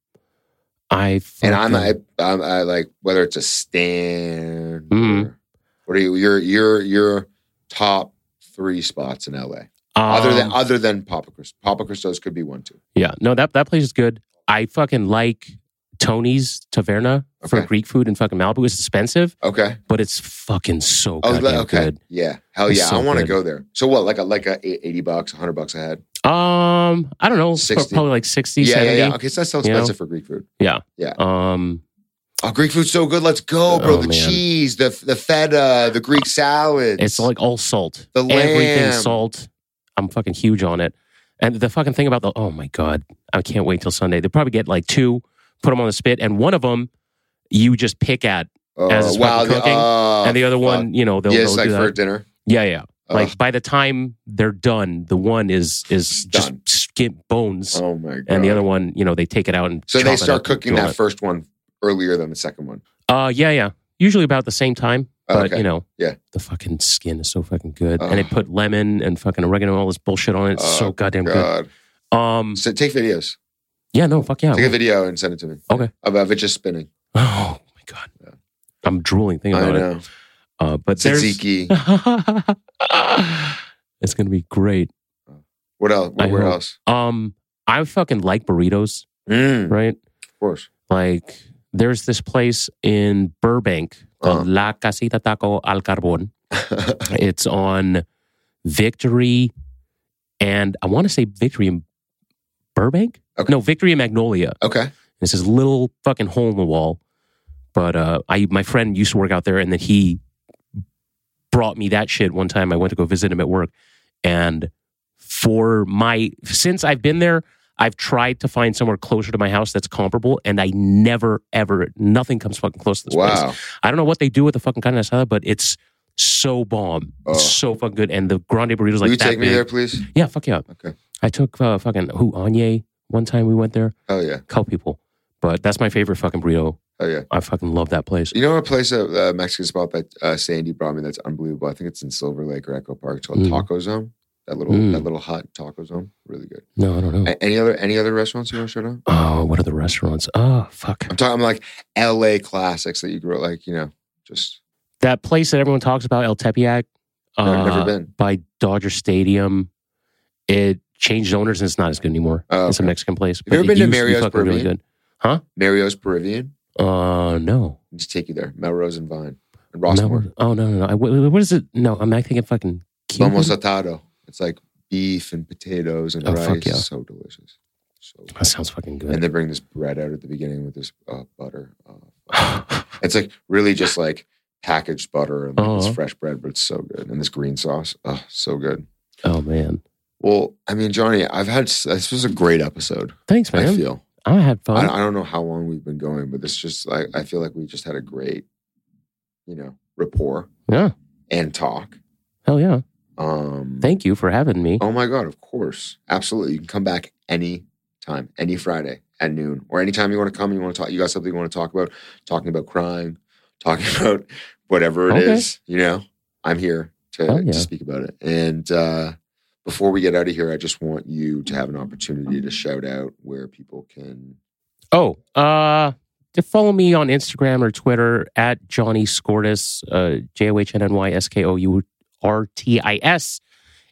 Speaker 2: I
Speaker 1: And I'm, I,
Speaker 2: fucking-
Speaker 1: I'm I like whether it's a stand.
Speaker 2: Mhm.
Speaker 1: Or, what are you? Your your your top three spots in LA other than
Speaker 2: um,
Speaker 1: other than Papa Christ, Papa Christos could be one too.
Speaker 2: yeah. No, that that place is good. I fucking like Tony's Taverna for
Speaker 1: Okay.
Speaker 2: Greek food in fucking Malibu. It's expensive,
Speaker 1: Okay.
Speaker 2: but it's fucking so
Speaker 1: Oh,
Speaker 2: goddamn
Speaker 1: okay.
Speaker 2: good.
Speaker 1: Yeah. Hell
Speaker 2: It's
Speaker 1: yeah.
Speaker 2: so
Speaker 1: I want to
Speaker 2: good.
Speaker 1: go there. So what? Like a like a eighty bucks, hundred bucks a head.
Speaker 2: Um, I don't know.
Speaker 1: 60.
Speaker 2: Probably like 60,
Speaker 1: yeah, yeah,
Speaker 2: 70.
Speaker 1: yeah. Okay, so that's so
Speaker 2: You know?
Speaker 1: expensive for Greek food.
Speaker 2: Um,
Speaker 1: Oh, Greek food's so good. Let's go, bro.
Speaker 2: Oh,
Speaker 1: the
Speaker 2: man.
Speaker 1: cheese, the the feta, the Greek salad.
Speaker 2: it's like all salt.
Speaker 1: The
Speaker 2: Everything
Speaker 1: lamb.
Speaker 2: salt. I'm fucking huge on it. And the fucking thing about the oh my god, I can't wait till Sunday. They probably get like two, put them on the spit, and one of them you just pick at,
Speaker 1: oh,
Speaker 2: as it's fucking cooking,
Speaker 1: oh,
Speaker 2: and the other
Speaker 1: fuck.
Speaker 2: one, you know, they'll,
Speaker 1: yeah,
Speaker 2: they'll
Speaker 1: it's like
Speaker 2: do
Speaker 1: for
Speaker 2: that.
Speaker 1: dinner.
Speaker 2: yeah, yeah.
Speaker 1: Ugh.
Speaker 2: Like by the time they're done, the one is is just
Speaker 1: Done.
Speaker 2: skin bones,
Speaker 1: oh my god.
Speaker 2: and the other one, you know, they take it out and
Speaker 1: So
Speaker 2: chop
Speaker 1: they
Speaker 2: it
Speaker 1: start
Speaker 2: up and
Speaker 1: cooking
Speaker 2: grill
Speaker 1: that
Speaker 2: it.
Speaker 1: first one earlier than the second one.
Speaker 2: Uh, yeah, yeah. Usually about the same time, but
Speaker 1: Oh, Okay.
Speaker 2: you know,
Speaker 1: Yeah.
Speaker 2: the fucking skin is so fucking good,
Speaker 1: Ugh.
Speaker 2: and they put lemon and fucking oregano, all this bullshit on it. It's
Speaker 1: Oh,
Speaker 2: so goddamn
Speaker 1: God.
Speaker 2: good. Um,
Speaker 1: So take videos.
Speaker 2: yeah, no, fuck yeah.
Speaker 1: Take a video and send it to me.
Speaker 2: Oh. Okay.
Speaker 1: Of, of it just spinning.
Speaker 2: Oh my god,
Speaker 1: Yeah.
Speaker 2: I'm drooling thinking
Speaker 1: I
Speaker 2: about it.
Speaker 1: know.
Speaker 2: Uh, but there's, <laughs>
Speaker 1: Tzatziki.
Speaker 2: it's gonna be great.
Speaker 1: What else?
Speaker 2: I
Speaker 1: What, where
Speaker 2: hope.
Speaker 1: else?
Speaker 2: Um, I fucking like burritos,
Speaker 1: Mm, of
Speaker 2: right?
Speaker 1: course.
Speaker 2: Like, there's this place in Burbank called
Speaker 1: Uh-huh.
Speaker 2: La Casita Taco Al
Speaker 1: <laughs>
Speaker 2: Carbon. It's on Victory and I want to say Victory in Burbank?
Speaker 1: Okay.
Speaker 2: No, Victory in Magnolia.
Speaker 1: okay.
Speaker 2: It's this little fucking hole in the wall. But uh, I my friend used to work out there and then he brought me that shit one time. I went to go visit him at work. And for my since I've been there, I've tried to find somewhere closer to my house that's comparable, and I never ever nothing comes fucking close to this place.
Speaker 1: Wow.
Speaker 2: I don't know what they do with the fucking carne asada, but it's so bomb.
Speaker 1: Oh.
Speaker 2: It's so fucking good. And the grande burritos like
Speaker 1: Will you
Speaker 2: that
Speaker 1: take me
Speaker 2: big.
Speaker 1: there, please?
Speaker 2: Yeah, fuck yeah.
Speaker 1: Okay.
Speaker 2: I took uh, fucking who Anye one time we went there.
Speaker 1: Oh, yeah.
Speaker 2: Couple people, but that's my favorite fucking burrito.
Speaker 1: Oh, yeah.
Speaker 2: I fucking love that place.
Speaker 1: You know a place a uh, Mexican spot that uh, Sandy brought me that's unbelievable. I think it's in Silver Lake or Echo Park. It's called
Speaker 2: Mm.
Speaker 1: Taco Zone. That little
Speaker 2: Mm.
Speaker 1: that little hot taco zone, really good.
Speaker 2: No, I don't know.
Speaker 1: A- any other any other restaurants you want to shout out?
Speaker 2: Oh, what are the restaurants? Oh, fuck.
Speaker 1: I'm talking I'm like L.A. classics that you grew up like you know just
Speaker 2: That place that everyone talks about, El Tepeyac.
Speaker 1: never,
Speaker 2: uh,
Speaker 1: never been.
Speaker 2: By Dodger Stadium. It changed owners and it's not as good anymore.
Speaker 1: Oh,
Speaker 2: It's a
Speaker 1: okay.
Speaker 2: Mexican place.
Speaker 1: you ever
Speaker 2: it
Speaker 1: been to
Speaker 2: used be
Speaker 1: Mario's
Speaker 2: fucking Really
Speaker 1: Caribbean?
Speaker 2: good. Huh?
Speaker 1: Mario's Peruvian.
Speaker 2: Uh, no.
Speaker 1: I'll Just take you there. Melrose and Vine and
Speaker 2: No,
Speaker 1: Rossmore.
Speaker 2: oh no, no, no. I, wh- wh- what is it? No, I'm not thinking fucking Cuban.
Speaker 1: Lomo saltado. It's like beef and potatoes and
Speaker 2: Oh,
Speaker 1: rice.
Speaker 2: fuck yeah.
Speaker 1: So delicious. So
Speaker 2: that sounds fucking <laughs> good.
Speaker 1: and they bring this bread out at the beginning with this uh, butter. Uh, it's like really just like packaged butter and like,
Speaker 2: Uh-huh.
Speaker 1: this fresh bread, but it's so good. And this green sauce, oh, so good.
Speaker 2: oh man,
Speaker 1: Well, I mean, Johnny, I've had s- this was a great episode.
Speaker 2: thanks,
Speaker 1: I
Speaker 2: man.
Speaker 1: feel
Speaker 2: I, had
Speaker 1: I,
Speaker 2: fun.
Speaker 1: I don't know how long we've been going, but this just like I feel like we just had a great, you know, rapport
Speaker 2: yeah,
Speaker 1: and talk.
Speaker 2: hell yeah.
Speaker 1: Um,
Speaker 2: Thank you for having me.
Speaker 1: Oh my God, of course. Absolutely. You can come back any time, any Friday at noon, or anytime you want to come, you want to talk, you got something you want to talk about, talking about crime, <laughs> talking about whatever it is.
Speaker 2: Okay.
Speaker 1: you know, I'm here to,
Speaker 2: Hell yeah.
Speaker 1: to speak about it. And uh, before we get out of here, I just want you to have an opportunity to shout out where people can.
Speaker 2: Oh, uh, to follow me on Instagram or Twitter at Johnny Scortis, uh, J O H N N Y S K O U R T I S,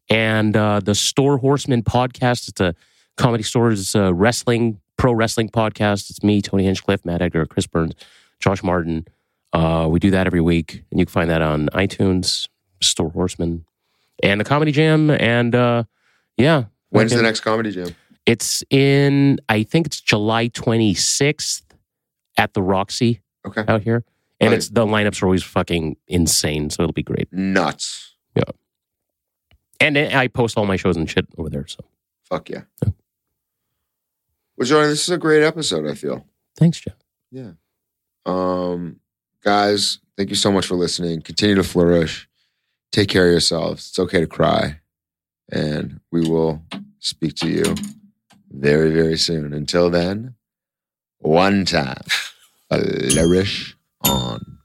Speaker 2: and uh, the Store Horseman podcast. It's a comedy stores uh, wrestling pro wrestling podcast. It's me, Tony Hinchcliffe, Matt Edgar, Chris Burns, Josh Martin. Uh, we do that every week, and you can find that on iTunes, Store Horseman, and the Comedy Jam, and uh, yeah.
Speaker 1: When's the
Speaker 2: Fucking-
Speaker 1: next comedy jam?
Speaker 2: it's in, I think it's July 26th at the Roxy
Speaker 1: Okay.
Speaker 2: out here. And
Speaker 1: Right.
Speaker 2: it's the lineups are always fucking insane. So it'll be great.
Speaker 1: Nuts.
Speaker 2: And I I post all my shows and shit over there. So
Speaker 1: Fuck yeah.
Speaker 2: Yeah.
Speaker 1: Well, Johnny, this is a great episode, I feel.
Speaker 2: thanks, Jeff.
Speaker 1: Um, guys, thank you so much for listening. Continue to flourish. Take care of yourselves. It's okay to cry. And we will speak to you very, very soon. Until then, one time, flourish on.